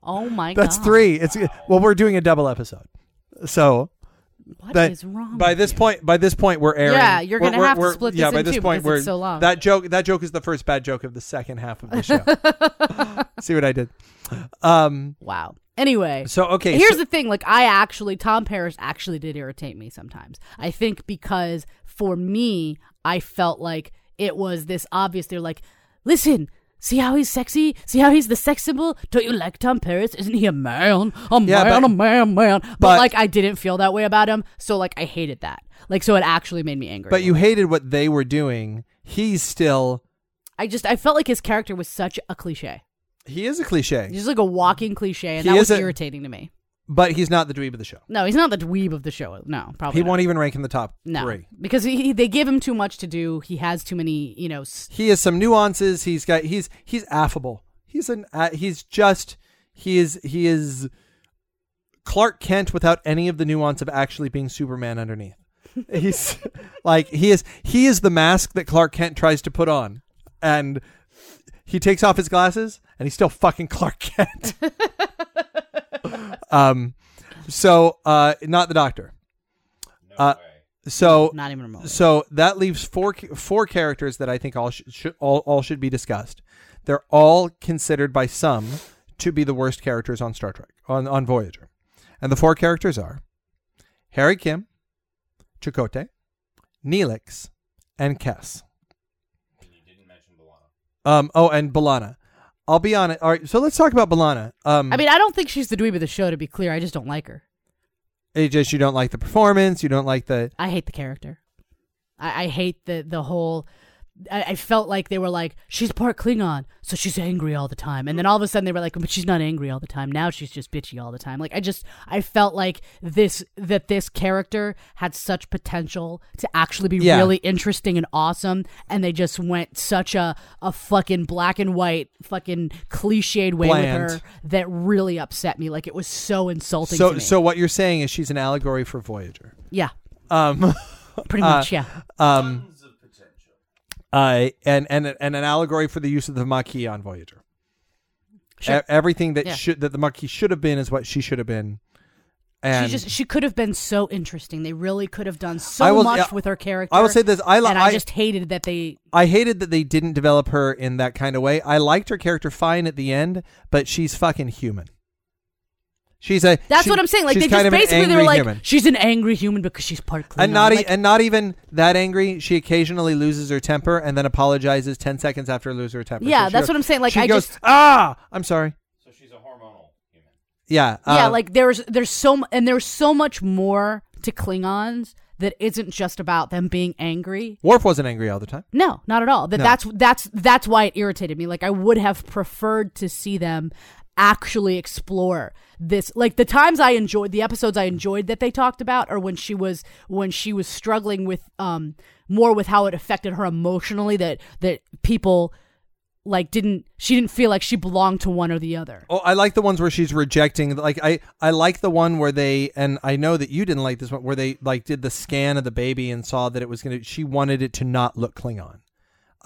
Speaker 2: Oh my god,
Speaker 1: That's three. It's well, we're doing a double episode, so
Speaker 2: What
Speaker 1: that
Speaker 2: is wrong?
Speaker 1: by
Speaker 2: with
Speaker 1: this
Speaker 2: you?
Speaker 1: point, by this point, we're airing.
Speaker 2: Oh Yeah, you're
Speaker 1: we're-
Speaker 2: gonna
Speaker 1: we're-
Speaker 2: have to
Speaker 1: we're-
Speaker 2: split this
Speaker 1: Yeah, by
Speaker 2: in
Speaker 1: this
Speaker 2: two
Speaker 1: point,
Speaker 2: because
Speaker 1: we're
Speaker 2: it's so long.
Speaker 1: that joke. That joke is the first bad joke of the second half of the show. See what I did? Um.
Speaker 2: Wow. Anyway,
Speaker 1: So okay.
Speaker 2: here's
Speaker 1: so-
Speaker 2: the thing: like, I actually, Tom Paris actually did irritate me sometimes. I think because for me, I felt like it was this obvious. They're like, listen. See how he's sexy? See how he's the sex symbol? Don't you like Tom Paris? Isn't he a man? A
Speaker 1: Yeah,
Speaker 2: man,
Speaker 1: but-
Speaker 2: a man, man. But,
Speaker 1: but-
Speaker 2: like I didn't feel that way about him. So like I hated that. Like so it actually made me angry.
Speaker 1: but you hated what they were doing. He's still.
Speaker 2: I just I felt like his character was such a cliche.
Speaker 1: He is a cliche,
Speaker 2: He's like a walking cliche, and
Speaker 1: He
Speaker 2: that
Speaker 1: is
Speaker 2: was
Speaker 1: a-
Speaker 2: irritating to me.
Speaker 1: but he's not the dweeb of the show.
Speaker 2: No, he's not the dweeb of the show. No, probably
Speaker 1: He
Speaker 2: not.
Speaker 1: won't even rank in the top
Speaker 2: no,
Speaker 1: three.
Speaker 2: because he, he- they give him too much to do. He has too many, you know. s-
Speaker 1: he has some nuances. He's got he's he's affable. He's an uh, he's just he is he is Clark Kent without any of the nuance of actually being Superman underneath. He's like he is he is the mask that Clark Kent tries to put on, and he takes off his glasses and he's still fucking Clark Kent. um, so uh, not the Doctor.
Speaker 3: No
Speaker 1: Uh,
Speaker 3: way.
Speaker 1: So
Speaker 2: not even remotely.
Speaker 1: so that leaves four four characters that I think all sh- should all, all should be discussed. They're all considered by some to be the worst characters on Star Trek on on Voyager, and the four characters are Harry Kim, Chakotay, Neelix, and Kess.
Speaker 3: And you didn't mention Balana.
Speaker 1: Um. Oh, and Balana. I'll be honest. All right. So let's talk about Balana. Um.
Speaker 2: I mean, I don't think she's the dweeb of the show. To be clear, I just don't like her.
Speaker 1: it just you don't like the performance. You don't like the.
Speaker 2: I hate the character. I, I hate the the whole. I, I felt like they were like she's part Klingon, so she's angry all the time, and then all of a sudden they were like, but she's not angry all the time. Now she's just bitchy all the time. Like I just I felt like this that this character had such potential to actually be
Speaker 1: Yeah.
Speaker 2: really interesting and awesome, and they just went such a a fucking black and white fucking cliched way
Speaker 1: Bland.
Speaker 2: with her that really upset me. Like it was so insulting. to
Speaker 1: So
Speaker 2: me.
Speaker 1: so what you're saying is she's an allegory for Voyager.
Speaker 2: yeah,
Speaker 1: Um.
Speaker 2: pretty much yeah.
Speaker 1: um.
Speaker 3: Tons of potential.
Speaker 1: uh, and and and an allegory for the use of the Maquis on Voyager.
Speaker 2: Sure.
Speaker 1: E- everything that
Speaker 2: Yeah.
Speaker 1: should that the Maquis should have been is what she should have been,
Speaker 2: she
Speaker 1: And
Speaker 2: just she could have been so interesting. They really could have done so
Speaker 1: I will-
Speaker 2: much
Speaker 1: yeah,
Speaker 2: with her character.
Speaker 1: I will say this: I, li-
Speaker 2: and I,
Speaker 1: I
Speaker 2: just hated that they.
Speaker 1: I hated that they didn't develop her in that kind of way. I liked her character fine at the end, but she's fucking human. She's a.
Speaker 2: That's
Speaker 1: she-
Speaker 2: what I'm saying. Like
Speaker 1: she's
Speaker 2: they
Speaker 1: kind
Speaker 2: just
Speaker 1: of an
Speaker 2: basically they were
Speaker 1: angry
Speaker 2: like,
Speaker 1: human.
Speaker 2: she's an angry human because she's part Klingon.
Speaker 1: and not e-
Speaker 2: Like,
Speaker 1: and not even that angry. She occasionally loses her temper and then apologizes ten seconds after losing her temper.
Speaker 2: Yeah,
Speaker 1: So she
Speaker 2: that's
Speaker 1: goes-
Speaker 2: what I'm saying. Like,
Speaker 1: she
Speaker 2: I
Speaker 1: goes,
Speaker 2: just-
Speaker 1: ah, I'm sorry.
Speaker 3: So she's a hormonal human.
Speaker 1: Yeah,
Speaker 2: yeah,
Speaker 1: uh,
Speaker 2: like there's there's so mu- and there's so much more to Klingons that isn't just about them being angry.
Speaker 1: Worf wasn't angry all the time.
Speaker 2: No, not at all. That
Speaker 1: No.
Speaker 2: that's that's that's why it irritated me. Like I would have preferred to see them actually explore this like the times I enjoyed the episodes I enjoyed that they talked about are when she was when she was struggling with um more with how it affected her emotionally that that people like didn't she didn't feel like she belonged to one or the other.
Speaker 1: Oh, I like the ones where she's rejecting. Like I, I like the one where they, and I know that you didn't like this one, where they like did the scan of the baby and saw that it was gonna. She wanted it to not look Klingon.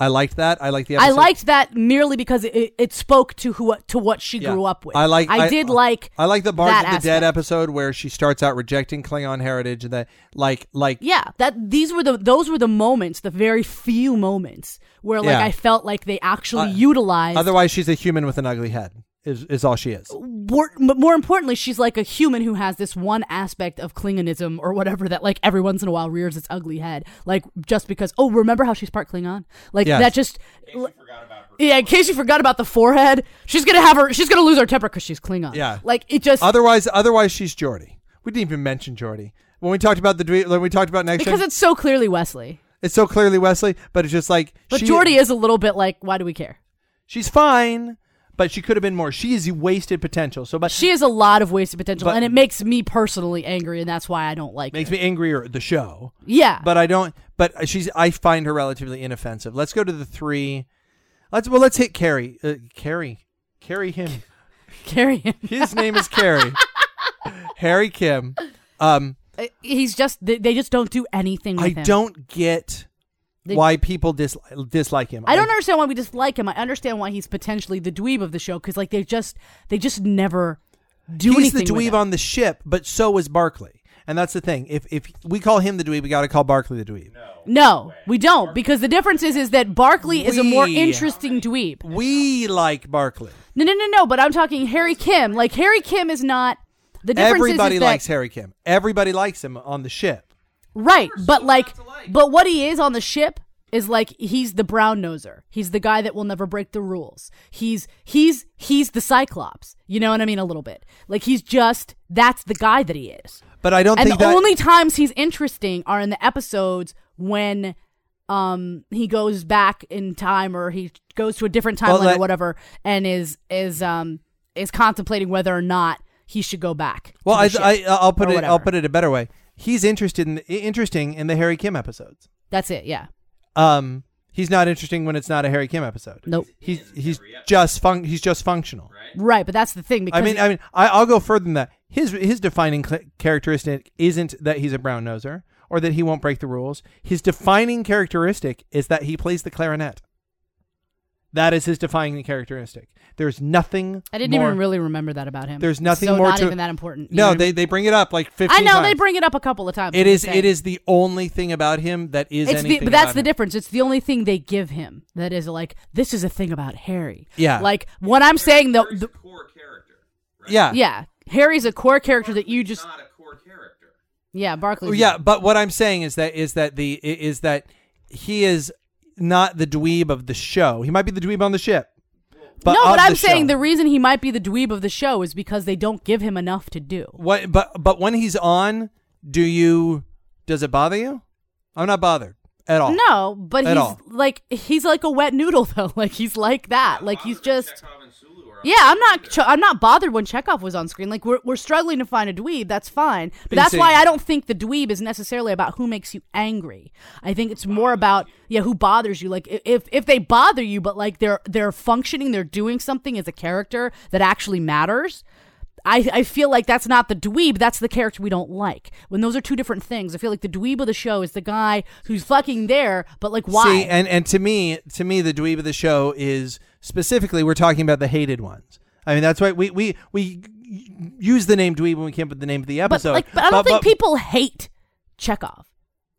Speaker 1: I liked that. I like the. Episode.
Speaker 2: I liked that merely because it, it spoke to who to what she
Speaker 1: Yeah.
Speaker 2: grew up with.
Speaker 1: I uh, like.
Speaker 2: I, did like.
Speaker 1: I like the Barge
Speaker 2: that
Speaker 1: of the Dead
Speaker 2: aspect.
Speaker 1: episode where she starts out rejecting Klingon heritage. That like like
Speaker 2: Yeah, that these were the those were the moments, the very few moments where like
Speaker 1: Yeah.
Speaker 2: I felt like they actually
Speaker 1: Uh,
Speaker 2: utilized.
Speaker 1: otherwise she's a human with an ugly head. Is is all she is.
Speaker 2: more, but more importantly, she's like a human who has this one aspect of Klingonism or whatever that like every once in a while rears its ugly head, like just because. Oh, remember how she's part Klingon? Like
Speaker 1: Yes.
Speaker 2: that just.
Speaker 3: We forgot about her.
Speaker 2: Yeah, in case you forgot about the forehead, she's gonna have her. She's gonna lose her temper because she's Klingon.
Speaker 1: Yeah.
Speaker 2: like it just
Speaker 1: Otherwise, otherwise she's Geordie. We didn't even mention Geordie when we talked about the dwe- when we talked about next.
Speaker 2: because
Speaker 1: Gen,
Speaker 2: it's so clearly Wesley.
Speaker 1: it's so clearly Wesley, but it's just like
Speaker 2: But
Speaker 1: she-
Speaker 2: Jordy is a little bit like, why do we care?
Speaker 1: She's fine, but she could have been more. She is wasted potential. So, but
Speaker 2: She has a lot of wasted potential,
Speaker 1: But-
Speaker 2: and it makes me personally angry, and that's why I don't like
Speaker 1: makes
Speaker 2: her.
Speaker 1: me angrier at the show.
Speaker 2: yeah,
Speaker 1: But I don't. But she's. I find her relatively inoffensive. Let's go to the three. Let's well. Let's hit Carrie. Uh, Carrie. Carrie him.
Speaker 2: carry him.
Speaker 1: His name is Carrie. Harry Kim. Um,
Speaker 2: Uh, He's just they, they just don't do anything. With
Speaker 1: I
Speaker 2: him.
Speaker 1: don't get
Speaker 2: They-
Speaker 1: why people dislike, dislike him.
Speaker 2: I don't understand why we dislike him. I understand why he's potentially the dweeb of the show because like they just they just never do
Speaker 1: he's the
Speaker 2: anything. with
Speaker 1: dweeb
Speaker 2: him.
Speaker 1: on the ship, but so is Barkley. And that's the thing. If if we call him the dweeb, we got to call Barkley the dweeb.
Speaker 2: No, we don't because the difference is is that Barkley is a more
Speaker 1: We-
Speaker 2: interesting dweeb.
Speaker 1: We like Barkley.
Speaker 2: No, no, no, no. But I'm talking Harry Kim. Like Harry Kim is not the difference. is-
Speaker 1: Everybody
Speaker 2: is that,
Speaker 1: likes Harry Kim. Everybody likes him on the ship.
Speaker 2: Right, but like,
Speaker 3: to like.
Speaker 2: but what he is on the ship is like he's the brown noser. He's the guy that will never break the rules. He's he's he's the Cyclops. You know what I mean? A little bit. Like he's just that's the guy that he is.
Speaker 1: But I don't
Speaker 2: And the
Speaker 1: think that
Speaker 2: only times he's interesting are in the episodes when um he goes back in time or he goes to a different timeline
Speaker 1: Well,
Speaker 2: or
Speaker 1: that-
Speaker 2: whatever and is is um is contemplating whether or not he should go back. to
Speaker 1: Well,
Speaker 2: the
Speaker 1: I,
Speaker 2: ship
Speaker 1: I I'll put
Speaker 2: or
Speaker 1: it I'll
Speaker 2: whatever.
Speaker 1: put it a better way. He's interested in interesting in the Harry Kim episodes.
Speaker 2: That's it. Yeah.
Speaker 1: Um he's not interesting when it's not a Harry Kim episode.
Speaker 2: Nope.
Speaker 1: He's he's just fun he's just functional.
Speaker 2: Right, but that's the thing because
Speaker 1: I mean I mean I, I'll go further than that. His his defining cl- characteristic isn't that he's a brown noser or that he won't break the rules. His defining characteristic is that he plays the clarinet. That is his defining characteristic. There's nothing
Speaker 2: I didn't
Speaker 1: more-
Speaker 2: even really remember that about him.
Speaker 1: There's nothing
Speaker 2: so
Speaker 1: more
Speaker 2: not
Speaker 1: to-
Speaker 2: even that important. you know
Speaker 1: No,
Speaker 2: what I
Speaker 1: they,
Speaker 2: mean?
Speaker 1: they bring it up like 15
Speaker 2: I know they
Speaker 1: times.
Speaker 2: bring it up a couple of times.
Speaker 1: It
Speaker 2: I'm
Speaker 1: is.
Speaker 2: saying.
Speaker 1: It is the only thing about him that is
Speaker 2: It's the,
Speaker 1: anything.
Speaker 2: but that's
Speaker 1: about
Speaker 2: the
Speaker 1: him.
Speaker 2: difference. It's the only thing they give him that is like this is a thing about Harry.
Speaker 1: Yeah.
Speaker 2: Like what I'm saying though.
Speaker 3: Harry's
Speaker 2: the-
Speaker 3: a core character. Right?
Speaker 1: Yeah.
Speaker 2: yeah, Harry's a core character that you
Speaker 3: Barclay's
Speaker 2: just
Speaker 3: not a core character.
Speaker 2: yeah Barkley.
Speaker 1: Yeah. But what I'm saying is that is that the i- is that he is not the dweeb of the show. He might be the dweeb on the ship. But
Speaker 2: no,
Speaker 1: of
Speaker 2: but I'm
Speaker 1: the
Speaker 2: saying
Speaker 1: show.
Speaker 2: the reason he might be the dweeb of the show is because they don't give him enough to do.
Speaker 1: what. But but when he's on, do you? Does it bother you? I'm not bothered at all.
Speaker 2: No, but
Speaker 1: At
Speaker 2: he's
Speaker 1: all.
Speaker 2: like he's like a wet noodle though. Like he's like that. Like he's just
Speaker 3: Chekhov and Sulu are
Speaker 2: Yeah, I'm not. Ch- I'm not bothered when Chekhov was on screen. Like we're we're struggling to find a dweeb. That's fine. But
Speaker 1: But
Speaker 2: that's
Speaker 1: you
Speaker 2: why
Speaker 1: see-
Speaker 2: I don't think the dweeb is necessarily about who makes you angry. I think it's more about yeah, who bothers you. Like i- if if they bother you, but like they're they're functioning, they're doing something as a character that actually matters. I, I feel like that's not the dweeb, that's the character we don't like. When those are two different things, I feel like the dweeb of the show is the guy who's fucking there, but like why?
Speaker 1: See, and and to me, to me, the dweeb of the show is specifically we're talking about the hated ones. I mean, that's why we we we use the name Dweeb when we can't put the name of the
Speaker 2: but
Speaker 1: episode.
Speaker 2: like, but I don't think
Speaker 1: but-
Speaker 2: people hate Chekhov.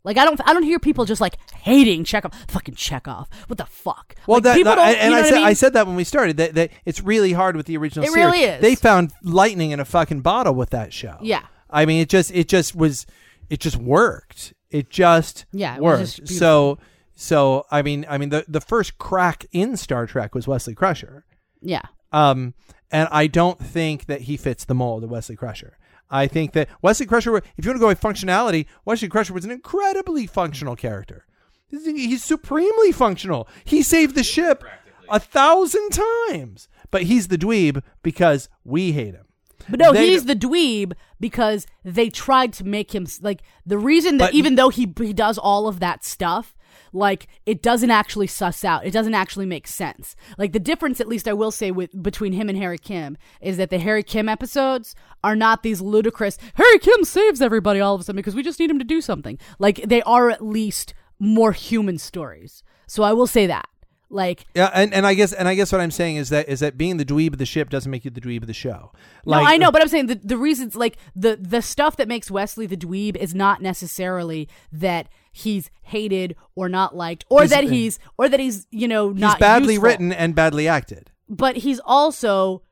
Speaker 2: Like I don't, I don't hear people just like hating Chekhov. Fucking Chekhov. What the fuck?
Speaker 1: Well,
Speaker 2: Like,
Speaker 1: that,
Speaker 2: people
Speaker 1: no,
Speaker 2: don't-
Speaker 1: and, and
Speaker 2: you know
Speaker 1: I
Speaker 2: what
Speaker 1: said
Speaker 2: mean?
Speaker 1: I said that when we started that, that it's really hard with the original.
Speaker 2: It
Speaker 1: series.
Speaker 2: really is.
Speaker 1: They found lightning in a fucking bottle with that show.
Speaker 2: Yeah.
Speaker 1: I mean, it just it just was it just worked. It just
Speaker 2: Yeah, it was
Speaker 1: worked.
Speaker 2: just beautiful.
Speaker 1: so so I mean I mean the the first crack in Star Trek was Wesley Crusher.
Speaker 2: yeah,
Speaker 1: Um, and I don't think that he fits the mold of Wesley Crusher. I think that Wesley Crusher, if you want to go with functionality, Wesley Crusher was an incredibly functional character. He's- He's supremely functional. He saved the ship a thousand times, but he's the dweeb because we hate him.
Speaker 2: but no,
Speaker 1: They-
Speaker 2: he's the dweeb because they tried to make him s- like the reason that
Speaker 1: But-
Speaker 2: even though he he does all of that stuff. Like it doesn't actually suss out. It doesn't actually make sense. Like the difference, at least I will say, with between him and Harry Kim is that the Harry Kim episodes are not these ludicrous. Harry Kim saves everybody all of a sudden because we just need him to do something. Like they are at least more human stories. So I will say that. Like
Speaker 1: Yeah, and, and I guess and I guess what I'm saying is that is that being the dweeb of the ship doesn't make you the dweeb of the show.
Speaker 2: no, I know, but I'm saying the, the reasons, like the the stuff that makes Wesley the dweeb is not necessarily that he's hated or not liked, or
Speaker 1: He's-
Speaker 2: that he's or that he's you know not
Speaker 1: he's badly
Speaker 2: useful.
Speaker 1: written and badly acted.
Speaker 2: but he's also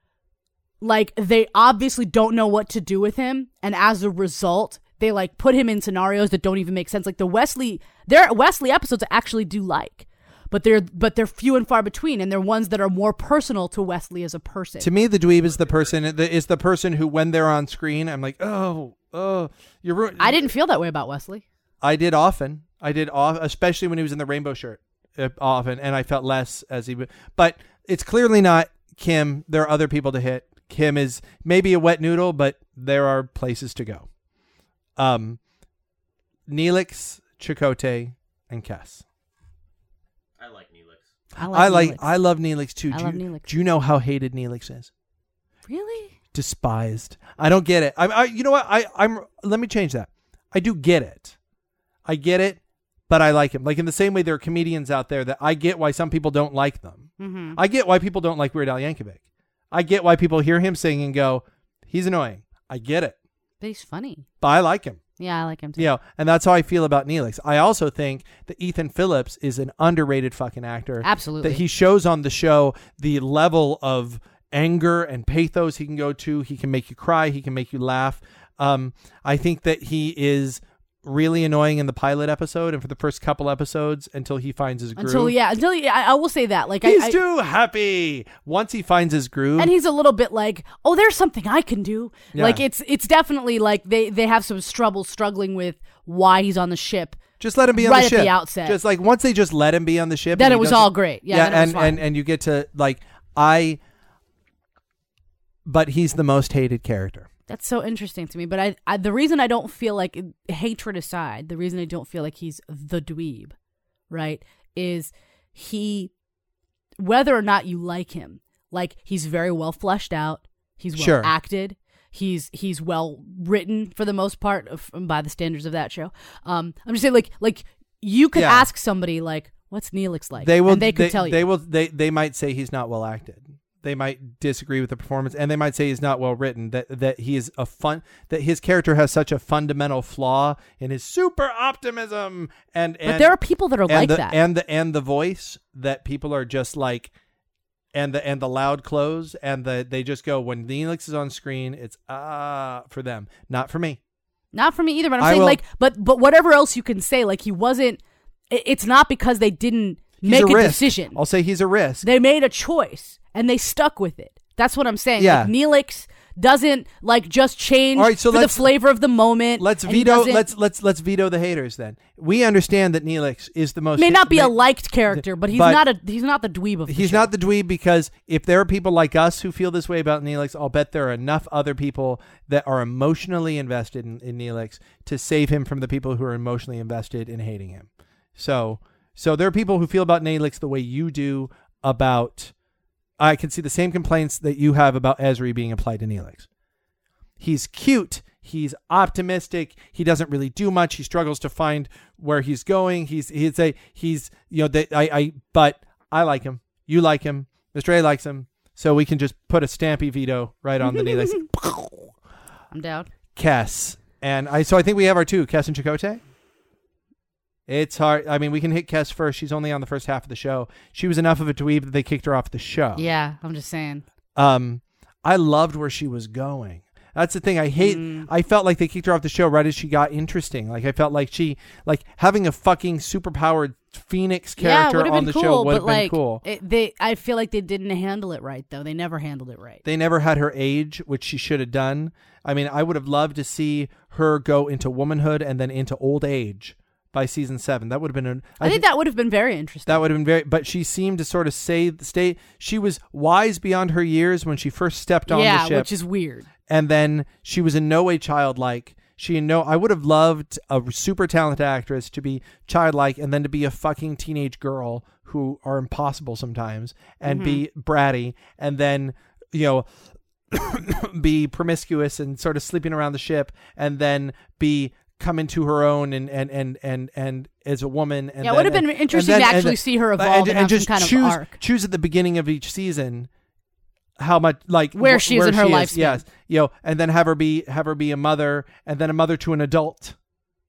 Speaker 2: like they obviously don't know what to do with him, and as a result, they like put him in scenarios that don't even make sense. Like the Wesley, their Wesley episodes I actually do like, but they're but they're few and far between, and they're ones that are more personal to Wesley as a person.
Speaker 1: To me, the dweeb is the person is the person who, when they're on screen, I'm like, oh, oh, you're ruined.
Speaker 2: I didn't feel that way about Wesley.
Speaker 1: I did often. I did off, especially when he was in the rainbow shirt, uh, often, and I felt less as he. w- But it's clearly not Kim. There are other people to hit. Kim is maybe a wet noodle, but there are places to go. Um, Neelix, Chakotay, and Cass.
Speaker 3: I like Neelix.
Speaker 1: I like.
Speaker 2: Neelix.
Speaker 1: I love Neelix too.
Speaker 2: I
Speaker 1: do,
Speaker 2: love
Speaker 1: you-
Speaker 2: Neelix.
Speaker 1: do you know how hated Neelix is?
Speaker 2: Really?
Speaker 1: despised. I don't get it. I, I you know what? I I'm let me change that. I do get it. I get it, but I like him. Like in the same way there are comedians out there that I get why some people don't like them.
Speaker 2: Mm-hmm.
Speaker 1: I get why people don't like Weird Al Yankovic. I get why people hear him sing and go, "He's annoying." I get it,
Speaker 2: But he's funny.
Speaker 1: but I like him.
Speaker 2: Yeah, I like him too.
Speaker 1: You know, and that's how I feel about Neelix. I also think that Ethan Phillips is an underrated fucking actor.
Speaker 2: Absolutely.
Speaker 1: That he shows on the show the level of anger and pathos he can go to. He can make you cry. He can make you laugh. Um, I think that he is really annoying in the pilot episode and for the first couple episodes until he finds his groove.
Speaker 2: until yeah, until yeah, I, I will say that. Like
Speaker 1: He's
Speaker 2: I, I
Speaker 1: too happy. Once he finds his groove,
Speaker 2: and he's a little bit like, oh, there's something I can do.
Speaker 1: Yeah.
Speaker 2: Like it's it's definitely like they they have some trouble struggling with why he's on the ship.
Speaker 1: Just let him be on
Speaker 2: Right
Speaker 1: the
Speaker 2: at
Speaker 1: ship.
Speaker 2: the outset.
Speaker 1: Just like once they just let him be on the ship.
Speaker 2: Then
Speaker 1: and
Speaker 2: it
Speaker 1: he
Speaker 2: was
Speaker 1: doesn't-
Speaker 2: all great. Yeah, then it was
Speaker 1: and,
Speaker 2: fine.
Speaker 1: and and you get to like I. But he's the most hated character.
Speaker 2: That's so interesting to me. But I, I the reason I don't feel like hatred aside, the reason I don't feel like he's the dweeb, right, is he whether or not you like him, like he's very well fleshed out, he's well
Speaker 1: Sure.
Speaker 2: acted, he's he's well written for the most part of, by the standards of that show. Um, I'm just saying, like like you could
Speaker 1: Yeah.
Speaker 2: ask somebody like, what's Neelix like?
Speaker 1: They will.
Speaker 2: And they could tell you.
Speaker 1: They will. They they might say he's not well acted. They might disagree with the performance, and they might say he's not well written. That that he is a fun. That his character has such a fundamental flaw in his super optimism. And, and
Speaker 2: but there are people that are
Speaker 1: and
Speaker 2: like
Speaker 1: the,
Speaker 2: that.
Speaker 1: and the and the voice that people are just like and the and the loud clothes and the they just go when Neelix is on screen it's ah for them not for me
Speaker 2: Not for me either. But I'm
Speaker 1: I
Speaker 2: saying
Speaker 1: will-
Speaker 2: like, but but whatever else you can say, like he wasn't. i- It's not because they didn't
Speaker 1: He's
Speaker 2: make a,
Speaker 1: risk.
Speaker 2: decision.
Speaker 1: I'll say he's a risk
Speaker 2: They made a choice and they stuck with it. That's what I'm saying.
Speaker 1: Yeah.
Speaker 2: Like, Neelix doesn't like just change
Speaker 1: All right, so
Speaker 2: for the
Speaker 1: let's-
Speaker 2: flavor of the moment.
Speaker 1: let's
Speaker 2: and he
Speaker 1: veto
Speaker 2: doesn't-
Speaker 1: let's let's let's veto the haters then we understand that Neelix is the most
Speaker 2: may not be
Speaker 1: may-
Speaker 2: a liked character, but he's
Speaker 1: Oh, but-
Speaker 2: not a he's not the dweeb of. the
Speaker 1: He's
Speaker 2: show.
Speaker 1: not the dweeb because if there are people like us who feel this way about Neelix, I'll bet there are enough other people that are emotionally invested in, in Neelix to save him from the people who are emotionally invested in hating him. So, so there are people who feel about Neelix the way you do about. I can see the same complaints that you have about Ezri being applied to Neelix. He's cute. He's optimistic. He doesn't really do much. He struggles to find where he's going. He's he's a he's you know that I I but I like him. You like him. Mr. A likes him. So we can just put a stampy veto right on the knee. Like,
Speaker 2: I'm down.
Speaker 1: Kess. And I so I think we have our two, Kess and Chicote. It's hard. I mean, we can hit Kess first. She's only on the first half of the show. She was enough of a dweeb that they kicked her off the show.
Speaker 2: Yeah, I'm just saying.
Speaker 1: Um, I loved where she was going. That's the thing. I hate.
Speaker 2: Mm.
Speaker 1: I felt like they kicked her off the show right as she got interesting. Like I felt like she, like having a fucking superpowered phoenix
Speaker 2: yeah,
Speaker 1: character
Speaker 2: would have
Speaker 1: on
Speaker 2: been
Speaker 1: the
Speaker 2: cool,
Speaker 1: show would
Speaker 2: but
Speaker 1: have been
Speaker 2: like,
Speaker 1: cool.
Speaker 2: it- they, I feel like they didn't handle it right though. They never handled it right.
Speaker 1: They never had her age, which she should have done. I mean, I would have loved to see her go into womanhood and then into old age by season seven. That would have been. An,
Speaker 2: I, think that would have been very interesting.
Speaker 1: That would have been very, but she seemed to sort of say, stay. She was wise beyond her years when she first stepped on
Speaker 2: yeah,
Speaker 1: the ship,
Speaker 2: which is weird.
Speaker 1: and then she was in no way childlike. She in no, I would have loved a super talented actress to be childlike, and then to be a fucking teenage girl who are impossible sometimes, and be
Speaker 2: Mm-hmm.
Speaker 1: bratty, and then you know be promiscuous and sort of sleeping around the ship, and then be come into her own and and and and and as a woman. And
Speaker 2: Yeah,
Speaker 1: then-
Speaker 2: it would've been
Speaker 1: and-
Speaker 2: interesting
Speaker 1: and
Speaker 2: to
Speaker 1: then-
Speaker 2: actually
Speaker 1: and-
Speaker 2: see her
Speaker 1: but-
Speaker 2: evolve and have some
Speaker 1: just
Speaker 2: kind of
Speaker 1: choose,
Speaker 2: arc.
Speaker 1: Choose at the beginning of each season how much like
Speaker 2: Where
Speaker 1: wh-
Speaker 2: she is in her lifespan.
Speaker 1: Yes, you know, and then have her be have her be a mother, and then a mother to an adult,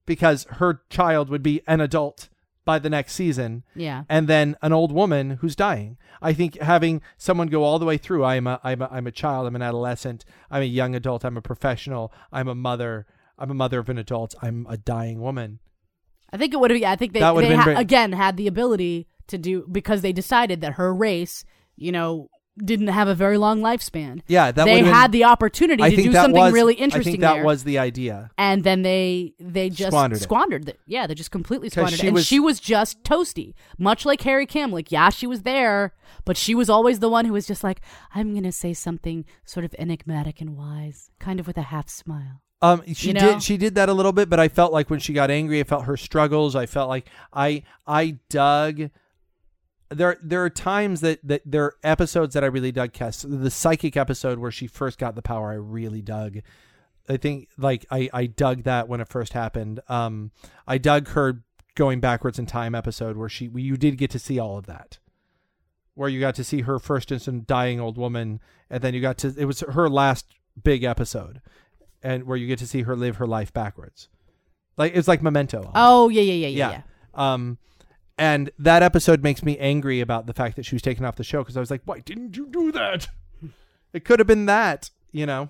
Speaker 1: because her child would be an adult by the next season
Speaker 2: Yeah.
Speaker 1: and then an old woman who's dying. I think having someone go all the way through, I'm a, I'm a, I'm a child, I'm an adolescent, I'm a young adult, I'm a professional, I'm a mother, I'm a mother of an adult, I'm a dying woman.
Speaker 2: I think it would have. Yeah, I think they,
Speaker 1: That would
Speaker 2: they
Speaker 1: have been
Speaker 2: ha-
Speaker 1: great.
Speaker 2: again had the ability to do because they decided that her race, you know, didn't have a very long lifespan.
Speaker 1: Yeah, that
Speaker 2: they
Speaker 1: would've been-
Speaker 2: had the opportunity
Speaker 1: I
Speaker 2: to
Speaker 1: think
Speaker 2: do
Speaker 1: that
Speaker 2: something
Speaker 1: was,
Speaker 2: really
Speaker 1: I
Speaker 2: interesting
Speaker 1: think that
Speaker 2: there,
Speaker 1: was the idea.
Speaker 2: and then they they just
Speaker 1: Squandered
Speaker 2: squandered,
Speaker 1: it.
Speaker 2: it. Yeah, they just completely
Speaker 1: 'Cause
Speaker 2: squandered
Speaker 1: she
Speaker 2: it. And
Speaker 1: was-
Speaker 2: she was just toasty, much like Harry Kim. Like, yeah, she was there, but she was always the one who was just like, "I'm gonna say something sort of enigmatic and wise, kind of with a half smile."
Speaker 1: Um, she
Speaker 2: You know?
Speaker 1: did she did that a little bit, but I felt like when she got angry, I felt her struggles. I felt like I I dug. There there are times that that there are episodes that I really dug. Kess, the psychic episode where she first got the power, I really dug. I think like I I dug that when it first happened. Um, I dug her going backwards in time episode where she you did get to see all of that, where you got to see her first instant dying old woman, and then you got to it was her last big episode, and where you get to see her live her life backwards, like it's like Memento.
Speaker 2: Oh yeah, yeah, yeah, yeah. yeah.
Speaker 1: Um, and that episode makes me angry about the fact that she was taken off the show because I was like, why didn't you do that? it could have been that, you know.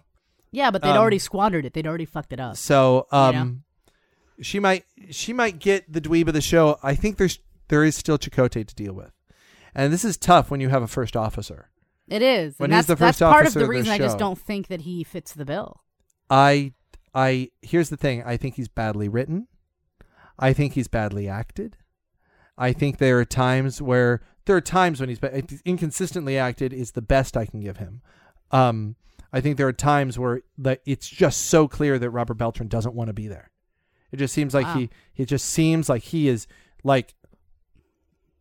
Speaker 2: Yeah, but they'd
Speaker 1: Um,
Speaker 2: already squandered it. They'd already fucked it up.
Speaker 1: So um,
Speaker 2: know?
Speaker 1: she might she might get the dweeb of the show. I think there's there is still Chicote to deal with, and this is tough when you have a first officer.
Speaker 2: It is.
Speaker 1: When
Speaker 2: and
Speaker 1: he's
Speaker 2: that's,
Speaker 1: the first
Speaker 2: that's part of
Speaker 1: officer
Speaker 2: the
Speaker 1: of the
Speaker 2: reason I just
Speaker 1: show.
Speaker 2: don't think that he fits the bill.
Speaker 1: I I here's the thing. I think he's badly written. I think he's badly acted. I think there are times where there are times when he's ba- inconsistently acted is the best I can give him. Um, I think there are times where the, it's just so clear that Robert Beltran doesn't want to be there. It just seems like
Speaker 2: Wow.
Speaker 1: he it just seems like he is like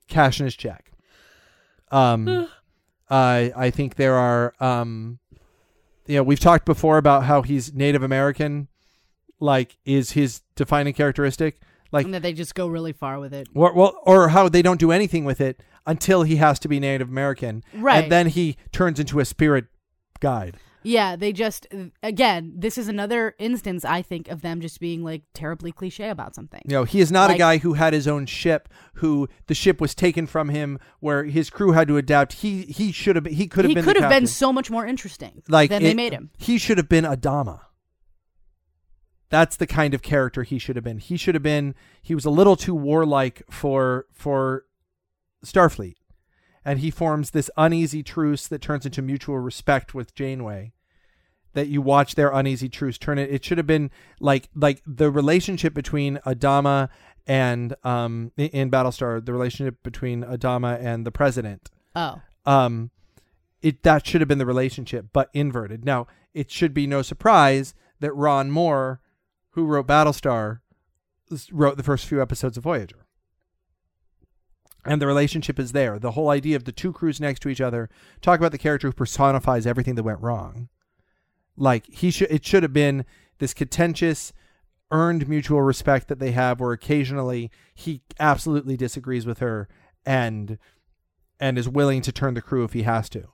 Speaker 1: cashing his check. Um, I I think there are um, you know we've talked before about how he's Native American, like is his defining characteristic. Like
Speaker 2: And that they just go really far with it.
Speaker 1: or, well, or how they don't do anything with it until he has to be Native American,
Speaker 2: Right.
Speaker 1: And then he turns into a spirit guide.
Speaker 2: Yeah, they just again, this is another instance I think of them just being like terribly cliche about something.
Speaker 1: You know, he is not
Speaker 2: Like-
Speaker 1: a guy who had his own ship, who the ship was taken from him, where his crew had to adapt. He he should have been, he could have
Speaker 2: he
Speaker 1: been
Speaker 2: could
Speaker 1: the
Speaker 2: have been
Speaker 1: captain.
Speaker 2: so much more interesting
Speaker 1: like
Speaker 2: than
Speaker 1: it-
Speaker 2: they made him.
Speaker 1: He should have been Adama. That's the kind of character he should have been. He should have been. He was a little too warlike for for Starfleet, and he forms this uneasy truce that turns into mutual respect with Janeway. That you watch their uneasy truce turn it. It should have been like like the relationship between Adama and um in- in Battlestar, the relationship between Adama and the president
Speaker 2: Oh.
Speaker 1: um it that should have been the relationship but inverted now it should be no surprise that ron moore who wrote battlestar s- wrote the first few episodes of voyager and the relationship is there the whole idea of the two crews next to each other talk about the character who personifies everything that went wrong like he should it should have been this contentious earned mutual respect that they have where occasionally he absolutely disagrees with her and and is willing to turn the crew if he has to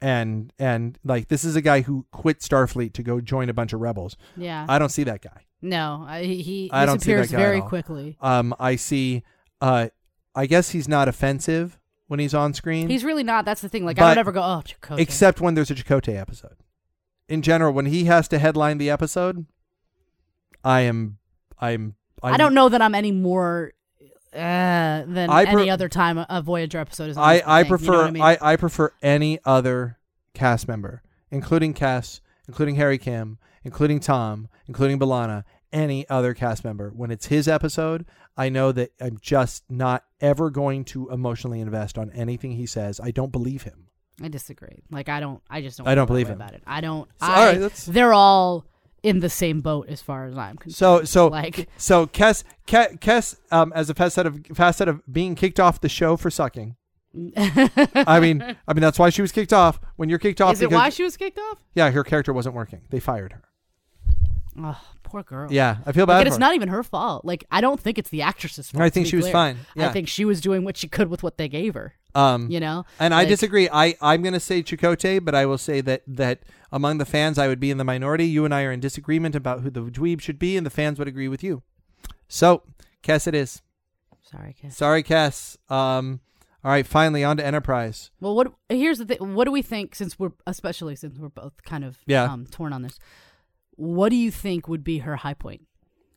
Speaker 1: and and like this is a guy who quit Starfleet to go join a bunch of rebels.
Speaker 2: Yeah.
Speaker 1: I don't see that guy.
Speaker 2: no, I, he he
Speaker 1: I don't see that
Speaker 2: disappears
Speaker 1: guy at
Speaker 2: very
Speaker 1: all.
Speaker 2: quickly.
Speaker 1: Um, I see. Uh, I guess he's not offensive when he's on screen,
Speaker 2: He's really not. That's the thing. Like
Speaker 1: But-
Speaker 2: I don't ever go. Oh, Chakotay.
Speaker 1: except when there's a Chakotay episode. In general, when he has to headline the episode, I am, I'm, I'm
Speaker 2: I don't know that I'm any more uh, than
Speaker 1: I pre-
Speaker 2: any other time a- a Voyager episode is. on
Speaker 1: I,
Speaker 2: this
Speaker 1: I
Speaker 2: thing, you know
Speaker 1: prefer
Speaker 2: what I, mean?
Speaker 1: I, I prefer any other cast member, including Cass, including Harry Kim, including Tom, including Balana, any other cast member. When it's his episode, I know that I'm just not ever going to emotionally invest on anything he says. I don't believe him.
Speaker 2: I disagree. Like I don't. I just don't.
Speaker 1: I don't
Speaker 2: feel that
Speaker 1: believe
Speaker 2: way
Speaker 1: him.
Speaker 2: about it. I don't.
Speaker 1: So,
Speaker 2: I,
Speaker 1: all right, that's-
Speaker 2: They're all in the same boat as far as I'm concerned.
Speaker 1: So so
Speaker 2: like
Speaker 1: so Kes Ke- Kes um, as a facet of facet of being kicked off the show for sucking. I mean I mean that's why she was kicked off. When you're kicked off
Speaker 2: is it
Speaker 1: because-
Speaker 2: why she was kicked off?
Speaker 1: yeah, her character wasn't working. They fired her.
Speaker 2: Oh, poor girl.
Speaker 1: Yeah, I feel bad.
Speaker 2: Like,
Speaker 1: for
Speaker 2: and it's
Speaker 1: her.
Speaker 2: not even her fault. Like I don't think it's the actress's fault.
Speaker 1: I
Speaker 2: to
Speaker 1: think
Speaker 2: be
Speaker 1: she was
Speaker 2: clear.
Speaker 1: fine. Yeah.
Speaker 2: I think she was doing what she could with what they gave her.
Speaker 1: Um,
Speaker 2: You know.
Speaker 1: and I
Speaker 2: Like,
Speaker 1: disagree. I I'm going to say Chakotay, but I will say that that among the fans, I would be in the minority. You and I are in disagreement about who the dweeb should be, and the fans would agree with you. So, Cass, it is.
Speaker 2: Sorry, Kiss.
Speaker 1: Sorry, Cass. Um, all right. Finally, on to Enterprise.
Speaker 2: Well, what here's the thing. What do we think? Since we're especially since we're both kind of
Speaker 1: Yeah.
Speaker 2: um, torn on this, what do you think would be her high point?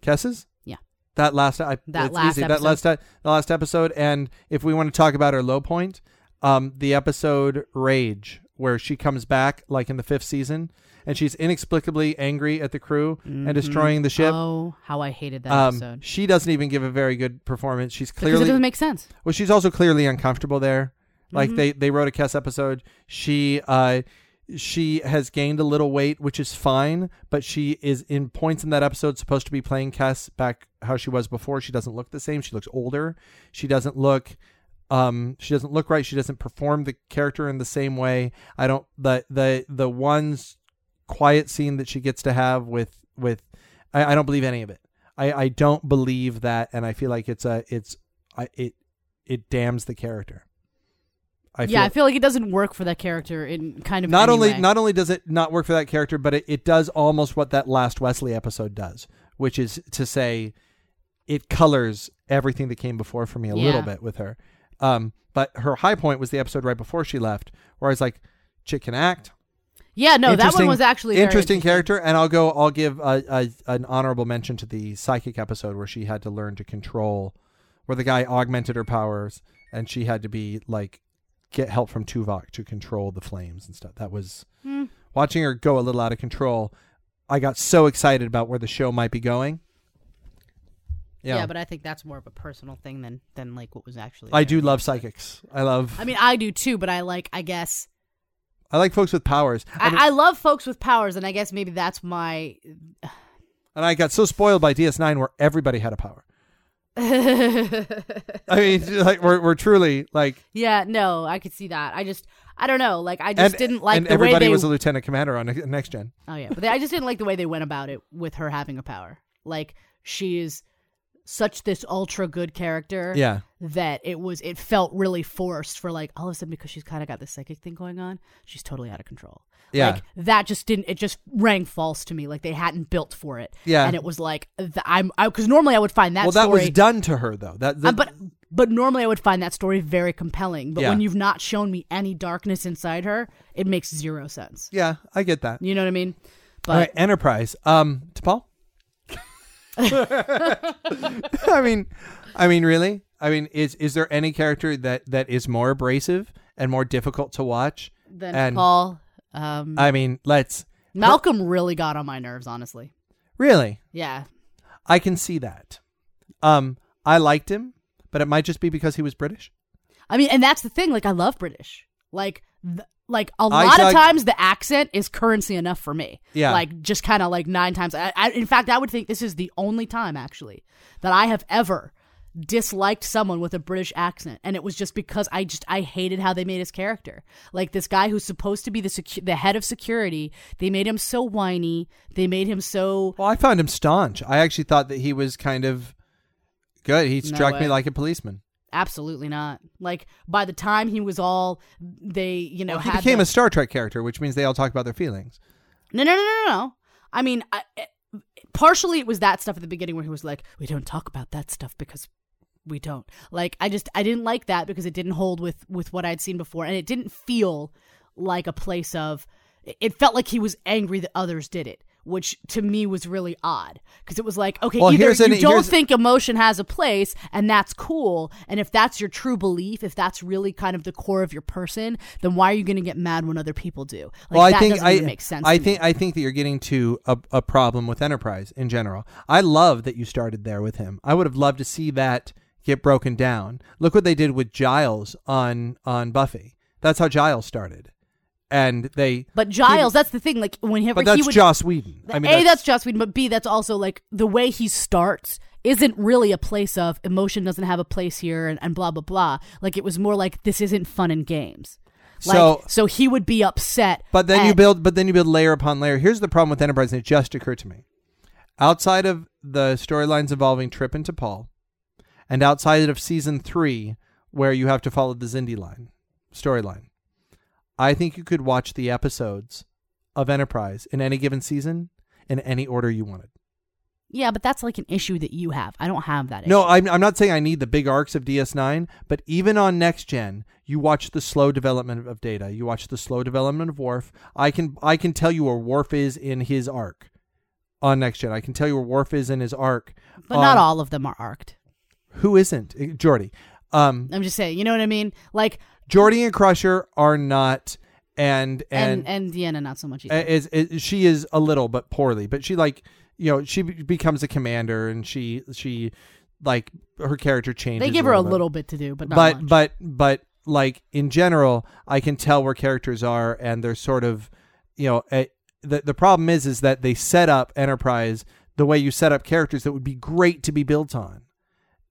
Speaker 1: Cass's.
Speaker 2: Yeah.
Speaker 1: That last. I,
Speaker 2: That
Speaker 1: it's
Speaker 2: last
Speaker 1: easy. That
Speaker 2: episode.
Speaker 1: last. e- The last episode, and if we want to talk about her low point, um, the episode Rage, where she comes back like in the fifth season. And she's inexplicably angry at the crew and destroying the ship.
Speaker 2: Mm-hmm. Oh, how I hated that
Speaker 1: Um,
Speaker 2: episode
Speaker 1: she doesn't even give a very good performance. She's
Speaker 2: because it
Speaker 1: clearly
Speaker 2: doesn't make sense.
Speaker 1: well. She's also clearly uncomfortable there. Like they they wrote a Kess episode. She uh she has gained a little weight, which is fine, but she is in points in that episode supposed to be playing Kess back how she was before. She doesn't look the same. She looks older. She doesn't look um she doesn't look right. She doesn't perform the character in the same way. I don't the the the ones quiet scene that she gets to have with with I, I don't believe any of it. I, I don't believe that, and I feel like it's a it's I, it it damns the character. I
Speaker 2: yeah, I feel like it doesn't work for that character in kind of
Speaker 1: not
Speaker 2: any
Speaker 1: only
Speaker 2: way.
Speaker 1: not only does it not work for that character, but it, it does almost what that last Wesley episode does, which is to say, it colors everything that came before for me a little
Speaker 2: Yeah.
Speaker 1: bit with her. Um, but her high point was the episode right before she left, where I was like, "Chick can act."
Speaker 2: yeah no that one
Speaker 1: Interesting-
Speaker 2: was actually very
Speaker 1: interesting, character, and I'll go. I'll give a, a, an honorable mention to the psychic episode where she had to learn to control, where the guy augmented her powers, and she had to be like get help from Tuvok to control the flames and stuff. That was
Speaker 2: Hmm.
Speaker 1: watching her go a little out of control. I got so excited about where the show might be going.
Speaker 2: Yeah.
Speaker 1: Yeah,
Speaker 2: but I think that's more of a personal thing than than like what was actually.
Speaker 1: I
Speaker 2: there.
Speaker 1: do love psychics. I love.
Speaker 2: I mean, I do too, but I like. I guess
Speaker 1: I like folks with powers.
Speaker 2: I,
Speaker 1: I mean-
Speaker 2: I love folks with powers, and I guess maybe that's my
Speaker 1: and I got so spoiled by DS9 where everybody had a power. I mean, like we're we're truly like
Speaker 2: Yeah, no, I could see that. I just, I don't know. Like, I just didn't like
Speaker 1: and
Speaker 2: the way
Speaker 1: everybody
Speaker 2: they.
Speaker 1: was a lieutenant commander on ne- next gen.
Speaker 2: oh yeah, but they, I just didn't like the way they went about it with her having a power. Like, she's such this ultra good character.
Speaker 1: Yeah,
Speaker 2: That it was, it felt really forced for like all of a sudden because she's kind of got this psychic thing going on, she's totally out of control.
Speaker 1: Yeah.
Speaker 2: Like that just didn't, it just rang false to me. Like they hadn't built for it.
Speaker 1: Yeah.
Speaker 2: And it was like, th- I'm, I, because normally I would find that
Speaker 1: well, that
Speaker 2: story
Speaker 1: was done to her though. That,
Speaker 2: Uh, but but normally I would find that story very compelling. But
Speaker 1: Yeah.
Speaker 2: when you've not shown me any darkness inside her, it makes zero sense.
Speaker 1: yeah, I get that.
Speaker 2: You know what I mean? But
Speaker 1: All right, Enterprise. Um, to Paul. I mean, I mean, really? I mean, is is there any character that that is more abrasive and more difficult to watch?
Speaker 2: then
Speaker 1: and-
Speaker 2: Paul, um,
Speaker 1: I mean, let's
Speaker 2: Malcolm really got on my nerves. Honestly,
Speaker 1: really.
Speaker 2: yeah,
Speaker 1: I can see that. Um, I liked him, but it might just be because he was British.
Speaker 2: I mean, and that's the thing. Like I love British. Like th- like a lot
Speaker 1: dug-
Speaker 2: of times the accent is currency enough for me.
Speaker 1: Yeah.
Speaker 2: Like just kind of like nine times. I, I, in fact, I would think this is the only time actually that I have ever disliked someone with a British accent, and it was just because I just I hated how they made his character. Like this guy who's supposed to be the secu- the head of security, they made him so whiny. They made him so
Speaker 1: Well, I found him staunch. I actually thought that he was kind of good. He
Speaker 2: No
Speaker 1: struck me
Speaker 2: way.
Speaker 1: like a policeman.
Speaker 2: Absolutely not. Like by the time he was all they, you know,
Speaker 1: Well, he
Speaker 2: had
Speaker 1: became
Speaker 2: the-
Speaker 1: a Star Trek character, which means they all talk about their feelings.
Speaker 2: No, no, no, no, no, no. I mean, I, it- partially it was that stuff at the beginning where he was like, "We don't talk about that stuff because we don't." Like, I just I didn't like that because it didn't hold with with what I'd seen before, and it didn't feel like a place of. It felt like he was angry that others did it, which to me was really odd because it was like, okay,
Speaker 1: Well,
Speaker 2: either
Speaker 1: here's
Speaker 2: you
Speaker 1: an-
Speaker 2: don't
Speaker 1: here's-
Speaker 2: think emotion has a place and that's cool, and if that's your true belief, if that's really kind of the core of your person, then why are you going to get mad when other people do? Like,
Speaker 1: well,
Speaker 2: that
Speaker 1: I think
Speaker 2: doesn't
Speaker 1: I
Speaker 2: even make sense.
Speaker 1: I
Speaker 2: to me.
Speaker 1: think I think that you're getting to a, a problem with Enterprise in general. I love that you started there with him. I would have loved to see that get broken down. Look what they did with Giles on on Buffy. That's how Giles started, and they.
Speaker 2: But Giles, that's the thing. Like whenever
Speaker 1: But that's
Speaker 2: he would,
Speaker 1: Joss Whedon. I mean,
Speaker 2: a that's Joss Whedon, but B that's also like the way he starts isn't really a place of emotion doesn't have a place here and, and blah blah blah. Like it was more like this isn't fun and games. Like,
Speaker 1: So-
Speaker 2: so he would be upset.
Speaker 1: But then you
Speaker 2: at-
Speaker 1: build, but then you build layer upon layer. Here's the problem with Enterprise, and it just occurred to me: outside of the storylines involving Trip and T'Pol, and outside of season three, where you have to follow the Zindi line storyline, I think you could watch the episodes of Enterprise in any given season in any order you wanted.
Speaker 2: yeah, but that's like an issue that you have. I don't have that.
Speaker 1: No,
Speaker 2: issue.
Speaker 1: I'm, I'm not saying I need the big arcs of DS9, but even on next gen, you watch the slow development of Data, you watch the slow development of Worf. I can I can tell you where Worf is in his arc on next gen. I can tell you where Worf is in his arc.
Speaker 2: but
Speaker 1: on-
Speaker 2: not all of them are arced.
Speaker 1: Who isn't Eh, Geordi? Um,
Speaker 2: I'm just saying. You know what I mean? Like
Speaker 1: Geordi and Crusher are not, and and,
Speaker 2: and and, Deanna not so much. Either.
Speaker 1: uh, is, is she is a little but poorly but she like you know she be- becomes a commander and she she like her character changes
Speaker 2: they give her a
Speaker 1: bit.
Speaker 2: little bit to do, but not
Speaker 1: but
Speaker 2: much.
Speaker 1: but but like in general i can tell where characters are and they're sort of you know a, the, the problem is is that they set up enterprise the way you set up characters that would be great to be built on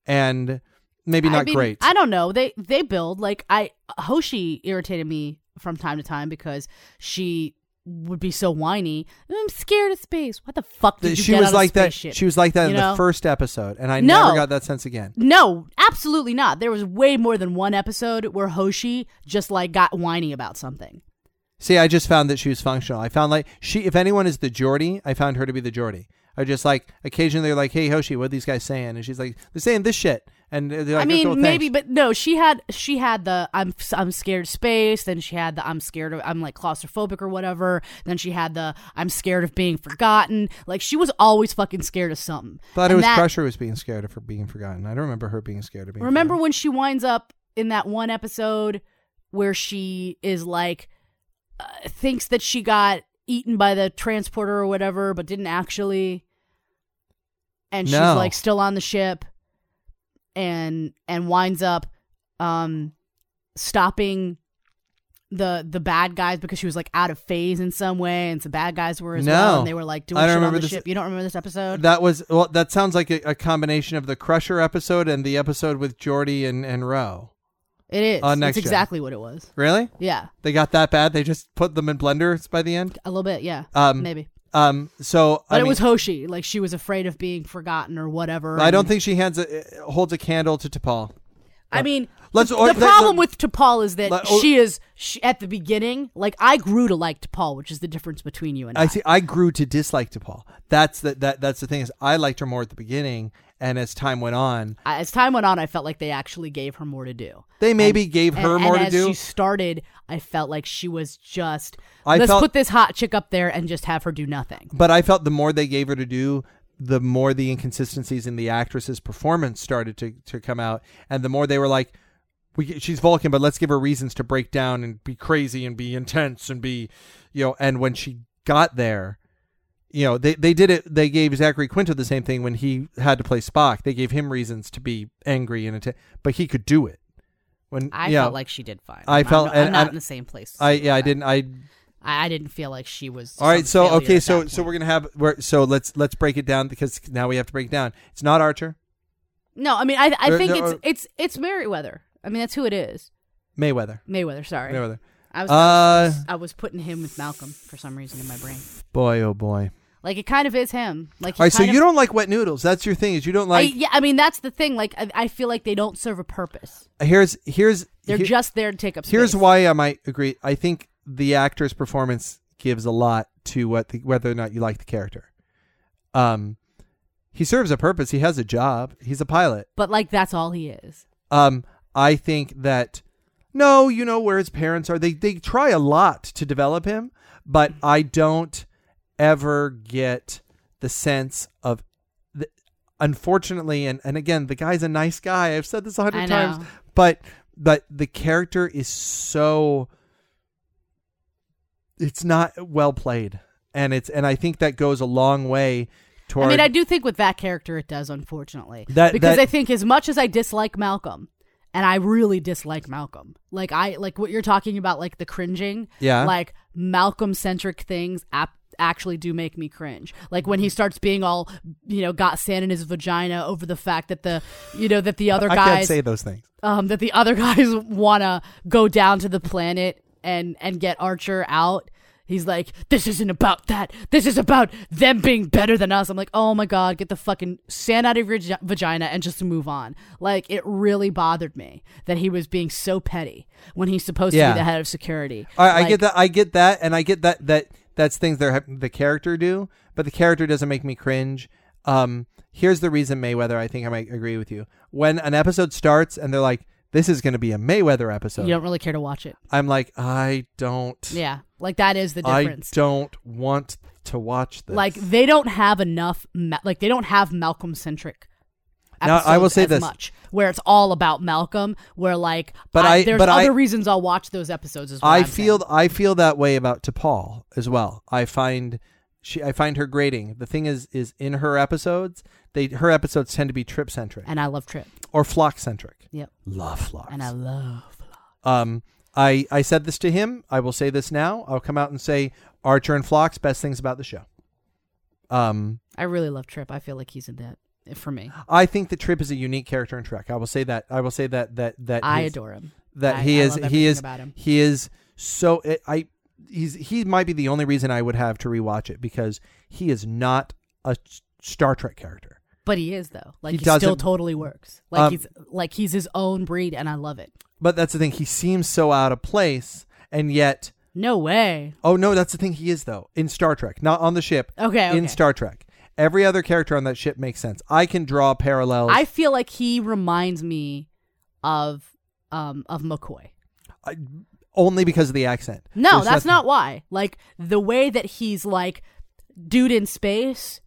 Speaker 1: and maybe not
Speaker 2: I mean,
Speaker 1: great
Speaker 2: I don't know. They they build like I Hoshi irritated me from time to time because she would be so whiny. I'm scared of space. What the fuck did
Speaker 1: That
Speaker 2: you
Speaker 1: she
Speaker 2: get
Speaker 1: was
Speaker 2: on a
Speaker 1: like that
Speaker 2: spaceship?
Speaker 1: she was like that
Speaker 2: You
Speaker 1: in
Speaker 2: know?
Speaker 1: the first episode and i
Speaker 2: No.
Speaker 1: never got that sense again
Speaker 2: No, absolutely not. There was way more than one episode where Hoshi just like got whiny about something.
Speaker 1: See, I just found that she was functional. I found like she, if anyone is the Geordie, I found her to be the Geordie. I just like occasionally they're like, "Hey Hoshi, what are these guys saying?" And she's like, "They're saying this shit." And uh, they're like,
Speaker 2: I mean,
Speaker 1: "Cool, thanks."
Speaker 2: maybe, but no. She had she had the I'm I'm scared of space. Then she had the I'm scared of I'm like claustrophobic or whatever. Then she had the I'm scared of being forgotten. Like she was always fucking scared of something.
Speaker 1: Thought it
Speaker 2: And
Speaker 1: was
Speaker 2: that-
Speaker 1: Crusher was being scared of her being forgotten. I don't remember her being scared of being.
Speaker 2: Remember when she winds up in that one episode where she is like uh, thinks that she got eaten by the transporter or whatever, but didn't actually, and
Speaker 1: No.
Speaker 2: she's like still on the ship, and and winds up um stopping the the bad guys because she was like out of phase in some way, and some bad guys were as
Speaker 1: No.
Speaker 2: well, and they were like doing
Speaker 1: I don't
Speaker 2: shit on
Speaker 1: remember
Speaker 2: the
Speaker 1: this-
Speaker 2: ship. You don't remember this episode?
Speaker 1: forgotten. That was well. That sounds like a, a combination of the Crusher episode and the episode with Geordie and and Roe.
Speaker 2: it is.
Speaker 1: on Next
Speaker 2: That's
Speaker 1: Gen.
Speaker 2: exactly what it was.
Speaker 1: Really?
Speaker 2: Yeah,
Speaker 1: They got that bad? They just put them in blenders by the end.
Speaker 2: a little bit. Yeah,
Speaker 1: Um,
Speaker 2: maybe.
Speaker 1: Um. So
Speaker 2: But
Speaker 1: I
Speaker 2: it
Speaker 1: mean,
Speaker 2: was Hoshi. Like she was afraid of being forgotten or whatever.
Speaker 1: I don't
Speaker 2: and-
Speaker 1: think she hands a, uh, holds a candle to T'Pol.
Speaker 2: I mean,
Speaker 1: Let's-
Speaker 2: the,
Speaker 1: or-
Speaker 2: the
Speaker 1: let-
Speaker 2: problem
Speaker 1: let-
Speaker 2: with T'Pol is that
Speaker 1: Let- oh-
Speaker 2: she is she, at the beginning. Like I grew to like T'Pol, which is the difference between you and I.
Speaker 1: I see. I grew to dislike DePaul. That's the, that. That's the thing is, I liked her more at the beginning, and as time went on,
Speaker 2: I- As time went on, I felt like they actually gave her more to do.
Speaker 1: they maybe gave
Speaker 2: And-
Speaker 1: her
Speaker 2: and
Speaker 1: more to
Speaker 2: as
Speaker 1: do.
Speaker 2: She started. I felt like she was just.
Speaker 1: I
Speaker 2: let's
Speaker 1: felt-
Speaker 2: put this hot chick up there and just have her do nothing.
Speaker 1: But I felt the more they gave her to do, the more the inconsistencies in the actress's performance started to to come out, and the more they were like, "We she's Vulcan, but let's give her reasons to break down and be crazy and be intense and be, you know." And when she got there. You know, they, they did it. They gave Zachary Quinto the same thing when he had to play Spock. They gave him reasons to be angry and atta- but he could do it. When
Speaker 2: I
Speaker 1: you know,
Speaker 2: felt like she did fine.
Speaker 1: I
Speaker 2: I'm-
Speaker 1: felt-
Speaker 2: I'm, not- I'm
Speaker 1: and-
Speaker 2: not
Speaker 1: and-
Speaker 2: in the same place. as
Speaker 1: I
Speaker 2: you
Speaker 1: yeah I
Speaker 2: and
Speaker 1: didn't I
Speaker 2: I, I didn't feel like she was.
Speaker 1: All right,
Speaker 2: some
Speaker 1: so
Speaker 2: failure
Speaker 1: okay,
Speaker 2: at
Speaker 1: so
Speaker 2: that
Speaker 1: so
Speaker 2: point.
Speaker 1: we're gonna have we're, so let's let's break it down because now we have to break it down. It's not Archer,
Speaker 2: No, I mean, I I
Speaker 1: There-
Speaker 2: think
Speaker 1: there
Speaker 2: it's
Speaker 1: are-
Speaker 2: it's it's Merriweather. I mean, that's who it is.
Speaker 1: Mayweather,
Speaker 2: Mayweather. Sorry,
Speaker 1: Mayweather.
Speaker 2: I was
Speaker 1: Uh,
Speaker 2: I was putting him with Malcolm for some reason in my brain.
Speaker 1: boy, oh boy.
Speaker 2: Like it kind of is him. Like he
Speaker 1: All right, so
Speaker 2: kind
Speaker 1: you
Speaker 2: of-
Speaker 1: don't like wet noodles. That's your thing is you don't like.
Speaker 2: I, yeah, I mean that's the thing. Like I, I feel like they don't serve a purpose.
Speaker 1: here's here's
Speaker 2: They're
Speaker 1: here-
Speaker 2: just there to take up space.
Speaker 1: here's why I might agree. I think the actor's performance gives a lot to what the, whether or not you like the character. Um, he serves a purpose. He has a job. He's a pilot.
Speaker 2: But like that's all he is.
Speaker 1: Um, I think that no, you know where his parents are. They they try a lot to develop him, but
Speaker 2: Mm-hmm.
Speaker 1: I don't ever get the sense of. The, unfortunately, and and again, the guy's a nice guy. I've said this a
Speaker 2: I
Speaker 1: hundred
Speaker 2: know.
Speaker 1: times, but but the character is so. It's not well played, and it's and I think that goes a long way toward.
Speaker 2: I mean, I do think with that character it does, unfortunately.
Speaker 1: That-
Speaker 2: because
Speaker 1: that-
Speaker 2: I think as much as I dislike Malcolm, and I really dislike Malcolm, like I like what you're talking about, like the cringing,
Speaker 1: Yeah.
Speaker 2: like Malcolm centric things ap- actually do make me cringe. Like when
Speaker 1: Mm-hmm.
Speaker 2: he starts being all, you know, got sand in his vagina over the fact that the, you know, that the other
Speaker 1: I can't
Speaker 2: guys
Speaker 1: say those things.
Speaker 2: um, that the other guys want to go down to the planet and and get Archer out. He's like, this isn't about that. This is about them being better than us. I'm like, oh my god, get the fucking sand out of your gi- vagina and just move on. Like, it really bothered me that he was being so petty when he's supposed
Speaker 1: Yeah.
Speaker 2: to be the head of security.
Speaker 1: I, I
Speaker 2: Like,
Speaker 1: get that. I get that, and I get that that that's things that the character do, but the character doesn't make me cringe. Um, here's the reason, Mayweather. I think I might agree with you. When an episode starts and they're like, "This is going to be a Mayweather episode,"
Speaker 2: You don't really care to watch it.
Speaker 1: I'm like, I don't,
Speaker 2: Yeah, like that is the
Speaker 1: I
Speaker 2: difference.
Speaker 1: don't want to watch this.
Speaker 2: Like they don't have enough. Ma- like they don't have Malcolm centric.
Speaker 1: Now, I will say
Speaker 2: as
Speaker 1: this.
Speaker 2: much where it's all about Malcolm. Where like,
Speaker 1: But I-
Speaker 2: there's
Speaker 1: but I-
Speaker 2: other reasons I'll watch those episodes as well.
Speaker 1: I feel I feel that way about T'Pol as well. I find she I find her grating. The thing is, is in her episodes, they her episodes tend to be trip centric
Speaker 2: and I love Trip.
Speaker 1: or flock centric.
Speaker 2: Yep,
Speaker 1: Love flocks.
Speaker 2: and I love.
Speaker 1: Um, I I said this to him. I will say this now. I'll come out and say Archer and Flock's best things about the show. Um,
Speaker 2: I really love Trip. I feel like he's in that eh, for me.
Speaker 1: I think that Trip is a unique character in Trek. I will say that. I will say that that that
Speaker 2: I
Speaker 1: his-
Speaker 2: adore him.
Speaker 1: that
Speaker 2: I-
Speaker 1: he
Speaker 2: I
Speaker 1: is
Speaker 2: love
Speaker 1: he
Speaker 2: everything
Speaker 1: is
Speaker 2: about him.
Speaker 1: he is so it, I he's he might be the only reason I would have to rewatch it because he is not a s- Star Trek character.
Speaker 2: But he is though. Like
Speaker 1: He
Speaker 2: he, still
Speaker 1: doesn't-
Speaker 2: totally works. Like
Speaker 1: Um,
Speaker 2: he's like he's his own breed, and I love it.
Speaker 1: But that's the thing. He seems so out of place, and yet
Speaker 2: No way.
Speaker 1: oh no, that's the thing. He is though in Star Trek, not on the ship.
Speaker 2: Okay, okay.
Speaker 1: in Star Trek. Every other character on that ship makes sense. I can draw parallels.
Speaker 2: I feel like he reminds me of um of McCoy.
Speaker 1: I- only because of the accent.
Speaker 2: No,
Speaker 1: There's
Speaker 2: that's
Speaker 1: nothing-
Speaker 2: not why. Like the way that he's like dude in space,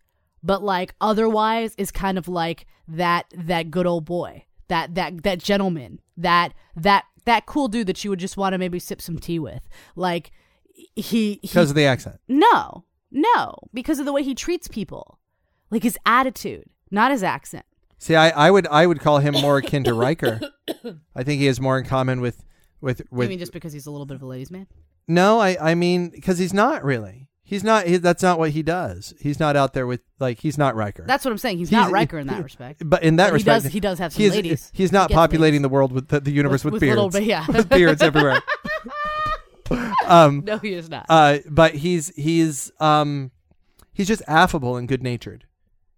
Speaker 2: but like otherwise is kind of like that that good old boy, that that that gentleman, that that that cool dude that you would just want to maybe sip some tea with. Like he he
Speaker 1: because of the accent.
Speaker 2: no no because of the way he treats people, like his attitude, not his accent.
Speaker 1: See, I, I would I would call him more akin to Riker. I think he has more in common with with
Speaker 2: I
Speaker 1: with.
Speaker 2: mean, just because he's a little bit of a ladies' man.
Speaker 1: no, I I mean because he's not really. He's not. He, that's not what he does. He's not out there with like he's not Riker.
Speaker 2: That's what I'm saying. He's,
Speaker 1: He's-
Speaker 2: not Riker in that respect.
Speaker 1: but in that
Speaker 2: But he
Speaker 1: respect,
Speaker 2: does- he does have some
Speaker 1: he is-
Speaker 2: ladies.
Speaker 1: He's not
Speaker 2: He gets
Speaker 1: populating
Speaker 2: ladies.
Speaker 1: the world with the, the universe with,
Speaker 2: With- with
Speaker 1: beards.
Speaker 2: little ba- yeah.
Speaker 1: with beards everywhere. um,
Speaker 2: No, he is not.
Speaker 1: uh, but he's he's um he's just affable and good natured.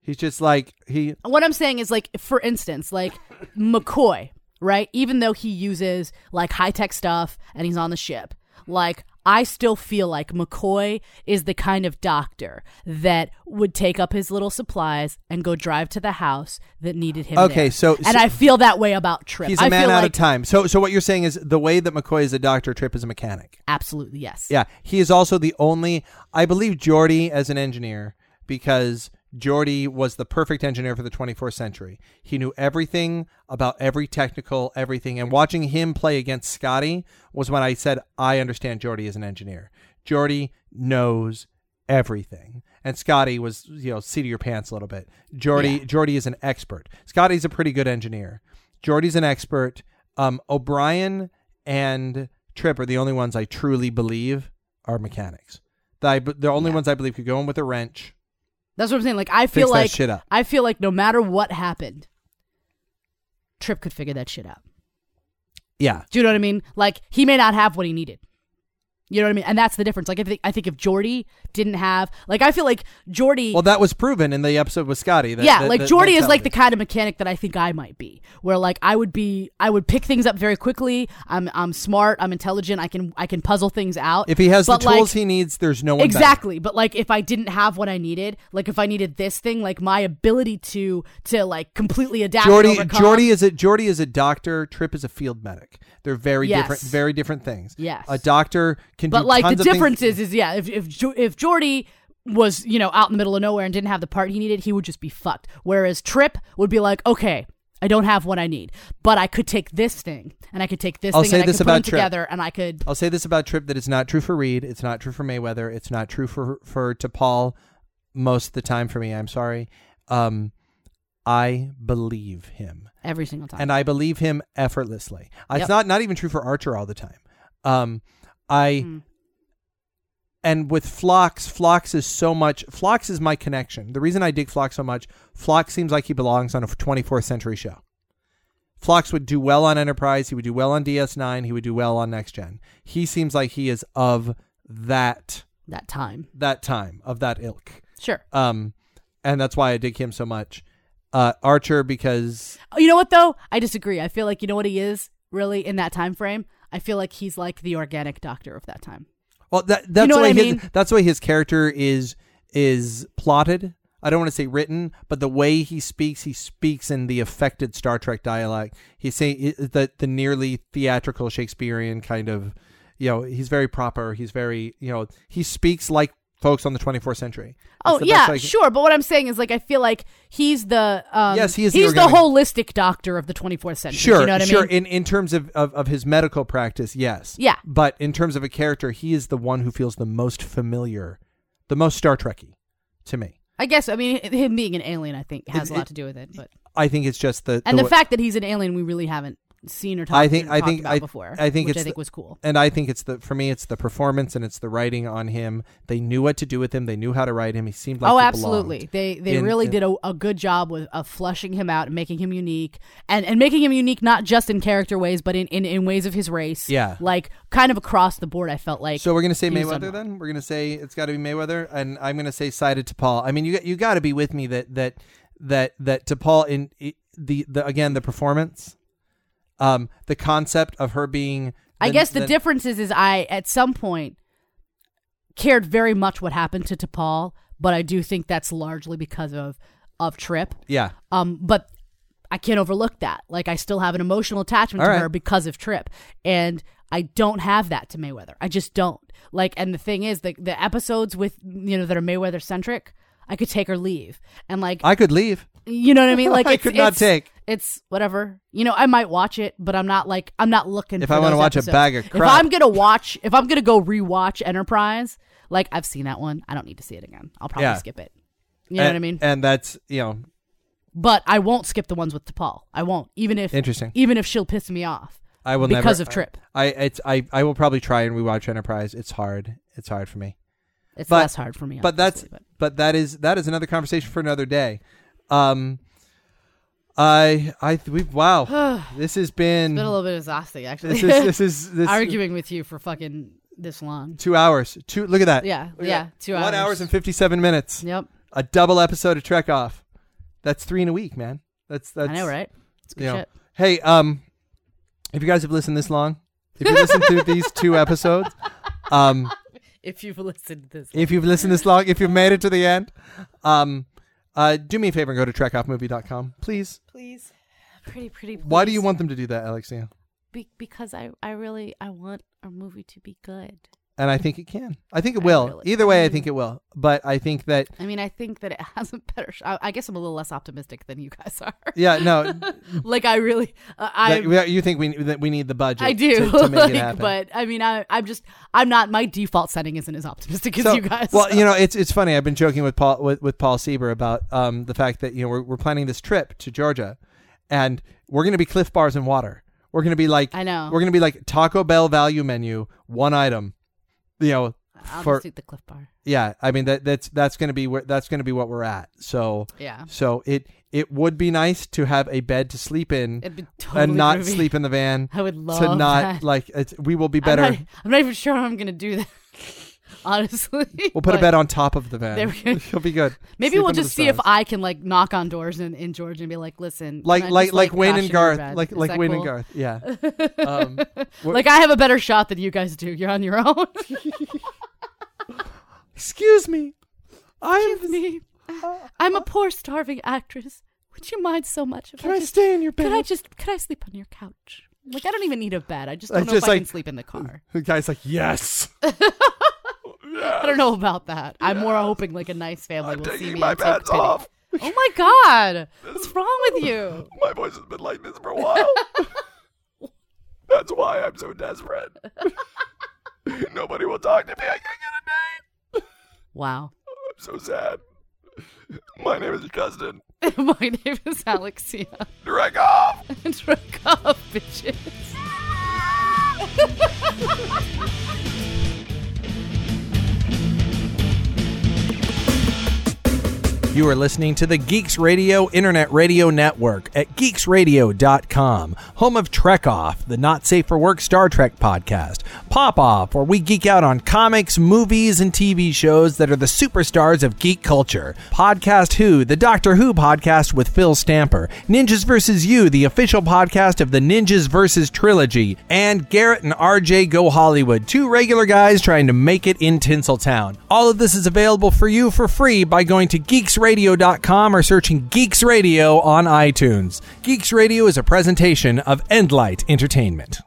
Speaker 1: He's just like he
Speaker 2: what I'm saying is like, for instance, like McCoy, right? Even though he uses like high tech stuff and he's on the ship, like I still feel like McCoy is the kind of doctor that would take up his little supplies and go drive to the house that needed him.
Speaker 1: Okay,
Speaker 2: there.
Speaker 1: so-
Speaker 2: and
Speaker 1: so-
Speaker 2: I feel that way about Trip.
Speaker 1: he's a
Speaker 2: I
Speaker 1: man
Speaker 2: feel
Speaker 1: out
Speaker 2: like
Speaker 1: of time. So so what you're saying is the way that McCoy is a doctor, Trip is a mechanic.
Speaker 2: absolutely yes.
Speaker 1: Yeah, he is also the only I believe Geordie as an engineer because Geordie was the perfect engineer for the 24th century. He knew everything about every technical everything, and watching him play against Scotty was when I said I understand Geordie as an engineer. Geordie knows everything. And Scotty was, you know, seat of your pants a little bit. Jordy Jordy is an expert. Scotty's a pretty good engineer. Jordy's an expert. Um, O'Brien and Tripp are the only ones I truly believe are mechanics. That I, the only ones I believe could go in with a wrench.
Speaker 2: That's what I'm saying. Like I feel
Speaker 1: Fix that
Speaker 2: like
Speaker 1: shit up.
Speaker 2: I feel like no matter what happened, Trip could figure that shit out.
Speaker 1: Yeah.
Speaker 2: Do you know what I mean? Like he may not have what he needed. You know what I mean? And that's the difference. Like I think I think if Jordy didn't have like I feel like Jordy
Speaker 1: Well, that was proven in the episode with Scotty. That,
Speaker 2: yeah,
Speaker 1: that-
Speaker 2: like
Speaker 1: that-
Speaker 2: Jordy
Speaker 1: that
Speaker 2: is like the
Speaker 1: tells
Speaker 2: kind of mechanic that I think I might be, where like I would be, I would pick things up very quickly. I'm, I'm smart, I'm intelligent, I can, I can puzzle things out.
Speaker 1: you. If he has the
Speaker 2: But, like,
Speaker 1: tools he needs, there's no one. better.
Speaker 2: exactly, but like if I didn't have what I needed, like if I needed this thing, like my ability to, to like completely adapt. and
Speaker 1: Jordy,
Speaker 2: overcome-
Speaker 1: Jordy is a Jordy is a doctor. Trip is a field medic. They're very
Speaker 2: Yes.
Speaker 1: different, very different things.
Speaker 2: Yes.
Speaker 1: a doctor can.
Speaker 2: But
Speaker 1: do
Speaker 2: like
Speaker 1: tons
Speaker 2: the
Speaker 1: of things-
Speaker 2: difference is, is yeah, if if Jo- if Jordy was you know out in the middle of nowhere and didn't have the part he needed, he would just be fucked. Whereas Trip would be like, okay, I don't have what I need, but I could take this thing and I could take this
Speaker 1: I'll
Speaker 2: thing
Speaker 1: say
Speaker 2: and
Speaker 1: this
Speaker 2: I could put 'em
Speaker 1: about Trip.
Speaker 2: together and I could.
Speaker 1: I'll say this about Trip that it's not true for Reed. It's not true for Mayweather. It's not true for for to Paul most of the time for me. I'm sorry. Um, I believe him,
Speaker 2: Every single time.
Speaker 1: and I believe him effortlessly. It's
Speaker 2: Yep.
Speaker 1: not not even true for Archer all the time. Um, I.
Speaker 2: Hmm.
Speaker 1: And with Phlox, Phlox is so much. Phlox is my connection. The reason I dig Phlox so much, Phlox seems like he belongs on a 24th century show. Phlox would do well on Enterprise. He would do well on DS9. He would do well on Next Gen. He seems like he is of that
Speaker 2: that time,
Speaker 1: that time of that ilk.
Speaker 2: sure.
Speaker 1: Um, and that's why I dig him so much. Uh, Archer because
Speaker 2: Oh, You know what though? I disagree. I feel like you know what he is really in that time frame. I feel like he's like the organic doctor of that time.
Speaker 1: well that that's
Speaker 2: know
Speaker 1: why
Speaker 2: what I
Speaker 1: his,
Speaker 2: mean?
Speaker 1: that's why his character is is plotted. I don't want to say written, but the way he speaks, he speaks in the affected Star Trek dialect. He's saying the the nearly theatrical Shakespearean kind of, you know, he's very proper. He's very, you know, he speaks like folks on the 24th century. That's
Speaker 2: Oh
Speaker 1: the best
Speaker 2: yeah,
Speaker 1: I can-
Speaker 2: sure. But what I'm saying is, like, I feel like he's the um,
Speaker 1: Yes, he is the
Speaker 2: he's the,
Speaker 1: organic-
Speaker 2: holistic doctor of the 24th century.
Speaker 1: Sure,
Speaker 2: you know what
Speaker 1: sure.
Speaker 2: I mean?
Speaker 1: In in terms of, of of his medical practice, yes.
Speaker 2: Yeah.
Speaker 1: But in terms of a character, he is the one who feels the most familiar, the most Star Trekky, to me.
Speaker 2: I guess I mean him being an alien, I think, has a lot to do with it. But
Speaker 1: I think it's just the,
Speaker 2: and the
Speaker 1: wa-
Speaker 2: fact that he's an alien, we really haven't seen or talked.
Speaker 1: I think-
Speaker 2: or
Speaker 1: I
Speaker 2: talked
Speaker 1: think-
Speaker 2: about
Speaker 1: I-
Speaker 2: before.
Speaker 1: I think
Speaker 2: which
Speaker 1: it's
Speaker 2: I think
Speaker 1: the-
Speaker 2: was cool.
Speaker 1: and I think it's the for me it's the performance and it's the writing on him. They knew what to do with him. They knew how to write him. He seemed like
Speaker 2: oh,
Speaker 1: he
Speaker 2: absolutely.
Speaker 1: belonged.
Speaker 2: They they
Speaker 1: in-
Speaker 2: really
Speaker 1: in-
Speaker 2: did a, a good job with of fleshing him out and making him unique, and and making him unique not just in character ways, but in in, in ways of his race.
Speaker 1: Yeah.
Speaker 2: like kind of across the board. I felt like
Speaker 1: So we're gonna say
Speaker 2: he was
Speaker 1: Mayweather
Speaker 2: unlocked.
Speaker 1: then. We're gonna say it's got to be Mayweather, and I'm gonna say sided to Paul. I mean, you got you got to be with me that that that that to Paul in i- the the again the performance, um, the concept of her being.
Speaker 2: I guess the
Speaker 1: difference.
Speaker 2: difference is, is I at some point cared very much what happened to T'Pol, but I do think that's largely because of of Trip.
Speaker 1: Yeah.
Speaker 2: Um, but I can't overlook that. Like I still have an emotional attachment
Speaker 1: All
Speaker 2: to
Speaker 1: right.
Speaker 2: her because of Trip, and I don't have that to Mayweather. I just don't like. And the thing is, the the episodes with you know that are Mayweather centric, I could take or leave, and like
Speaker 1: I could leave.
Speaker 2: you know what I mean. Like
Speaker 1: I
Speaker 2: it's-
Speaker 1: could not
Speaker 2: it's-
Speaker 1: take.
Speaker 2: It's whatever. You know, I might watch it, but I'm not like I'm not looking.
Speaker 1: If
Speaker 2: for
Speaker 1: I wanna
Speaker 2: those
Speaker 1: watch a
Speaker 2: episodes.
Speaker 1: bag of
Speaker 2: if
Speaker 1: crap.
Speaker 2: I'm gonna watch, if I'm gonna go rewatch Enterprise, like I've seen that one, I don't need to see it again. I'll probably
Speaker 1: Yeah.
Speaker 2: skip it. You know
Speaker 1: and,
Speaker 2: what I mean?
Speaker 1: And that's, you know,
Speaker 2: But I won't skip the ones with T'Pol. I won't, even if
Speaker 1: Interesting.
Speaker 2: even if she'll piss me off.
Speaker 1: I will never
Speaker 2: Because of Trip.
Speaker 1: I, it's I I will probably try and rewatch Enterprise. It's hard. It's hard for me.
Speaker 2: It's
Speaker 1: But-
Speaker 2: less hard for me.
Speaker 1: but that's
Speaker 2: obviously, but.
Speaker 1: but that is that is another conversation for another day. Um I I we wow. this has been,
Speaker 2: It's been a little bit exhausting, actually.
Speaker 1: this is this is this
Speaker 2: Arguing with you for fucking this long.
Speaker 1: 2 hours. 2 Look at that.
Speaker 2: Yeah,
Speaker 1: Look at
Speaker 2: yeah,
Speaker 1: that.
Speaker 2: 2
Speaker 1: 1
Speaker 2: hours.
Speaker 1: hours and 57 minutes.
Speaker 2: Yep.
Speaker 1: A double episode of Trek off. That's 3 in a week, man. That's that's
Speaker 2: I know, right? It's good
Speaker 1: Yeah.
Speaker 2: shit.
Speaker 1: Hey, um, if you guys have listened this long, if you listened through these two episodes, um,
Speaker 2: If you've listened to this.
Speaker 1: if you've listened this long, if you've made it to the end, um, uh, do me a favor and go to trackoffmovie.com, please.
Speaker 2: Please. Pretty, pretty please.
Speaker 1: Why do you want them to do that, Alexia?
Speaker 4: Be- because I, I really I want our movie to be good.
Speaker 1: And I think it can. I think it
Speaker 4: I
Speaker 1: will.
Speaker 4: really-
Speaker 1: Either way, I think it will. But I think that,
Speaker 2: I mean, I think that it has a better. Sh- I, I guess I'm a little less optimistic than you guys are.
Speaker 1: yeah, no,
Speaker 2: like I really, uh, I
Speaker 1: that- that you think we that we need the budget.
Speaker 2: I do.
Speaker 1: to, to make
Speaker 2: like,
Speaker 1: it happen.
Speaker 2: But I mean, I I'm just I'm not. My default setting isn't as optimistic as
Speaker 1: So-
Speaker 2: you guys.
Speaker 1: Well, you know, it's it's funny. I've been joking with Paul with, with Paul Sieber about um, the fact that you know we're, we're planning this trip to Georgia, and we're going to be Cliff Bars and water. We're going to be like
Speaker 2: I know.
Speaker 1: We're going to be like Taco Bell value menu, one item. You know,
Speaker 2: I'll
Speaker 5: For-
Speaker 2: just eat the Cliff Bar.
Speaker 5: yeah, I mean that that's that's going to be where that's going to be what we're at. So
Speaker 2: Yeah,
Speaker 5: so it it would be nice to have a bed to sleep in
Speaker 2: it'd be totally
Speaker 5: and not
Speaker 2: groovy.
Speaker 5: sleep in the van.
Speaker 2: I would love
Speaker 5: to not
Speaker 2: that.
Speaker 5: like it's, we will be better.
Speaker 2: I'm not, I'm not even sure I'm gonna do that. Honestly,
Speaker 5: we'll put
Speaker 2: But
Speaker 5: a bed on top of the van.
Speaker 2: There we go.
Speaker 5: It'll be good.
Speaker 2: Maybe
Speaker 5: Sleep
Speaker 2: we'll
Speaker 5: under
Speaker 2: just
Speaker 5: the
Speaker 2: see if
Speaker 5: stars.
Speaker 2: I can like knock on doors in, in Georgia and be like, listen, can
Speaker 5: like
Speaker 2: I
Speaker 5: like
Speaker 2: just,
Speaker 5: like Wayne
Speaker 2: crash
Speaker 5: and
Speaker 2: in your
Speaker 5: Garth,
Speaker 2: bed?
Speaker 5: like
Speaker 2: Is
Speaker 5: like
Speaker 2: that
Speaker 5: Wayne
Speaker 2: cool?
Speaker 5: and Garth. Yeah. Um, we're-
Speaker 2: Like I have a better shot than you guys do. You're on your own.
Speaker 5: Excuse me. I'm.
Speaker 2: Excuse me. I'm a poor starving actress. Would you mind so much if
Speaker 5: Can
Speaker 2: I
Speaker 5: I
Speaker 2: just
Speaker 5: stay in your bed?
Speaker 2: could I just could I sleep on your couch? Like I don't even need a bed. I just
Speaker 5: I
Speaker 2: don't know
Speaker 5: just,
Speaker 2: if I can
Speaker 5: like-
Speaker 2: sleep in the car.
Speaker 5: the guy's like, yes.
Speaker 2: I don't know about that. I'm more hoping like a nice family
Speaker 5: I'm
Speaker 2: will see
Speaker 5: taking
Speaker 2: me.
Speaker 5: my
Speaker 2: and take
Speaker 5: pants
Speaker 2: pity.
Speaker 5: off.
Speaker 2: Oh my god! What's wrong with you?
Speaker 5: My voice has been like this for a while. That's why I'm so desperate. Nobody will talk to me. I can't get
Speaker 2: Wow.
Speaker 5: a name. I'm so sad. My name is Justin.
Speaker 2: my name is Alexia.
Speaker 5: Drag off.
Speaker 2: and drink up, bitches.
Speaker 1: You are listening to the Geeks Radio Internet Radio Network at geeksradio.com, home of Trek Off, the not safe for work Star Trek podcast, Pop Off, where we geek out on comics, movies, and TV shows that are the superstars of geek culture, Podcast Who, the Doctor Who podcast with Phil Stamper, Ninjas vs. You, the official podcast of the Ninjas vs. trilogy, and Garrett and RJ Go Hollywood, two regular guys trying to make it in Tinseltown. All of this is available for you for free by going to geeksradio.com or searching Geeks Radio on iTunes. Geeks Radio is a presentation of Endlight Entertainment.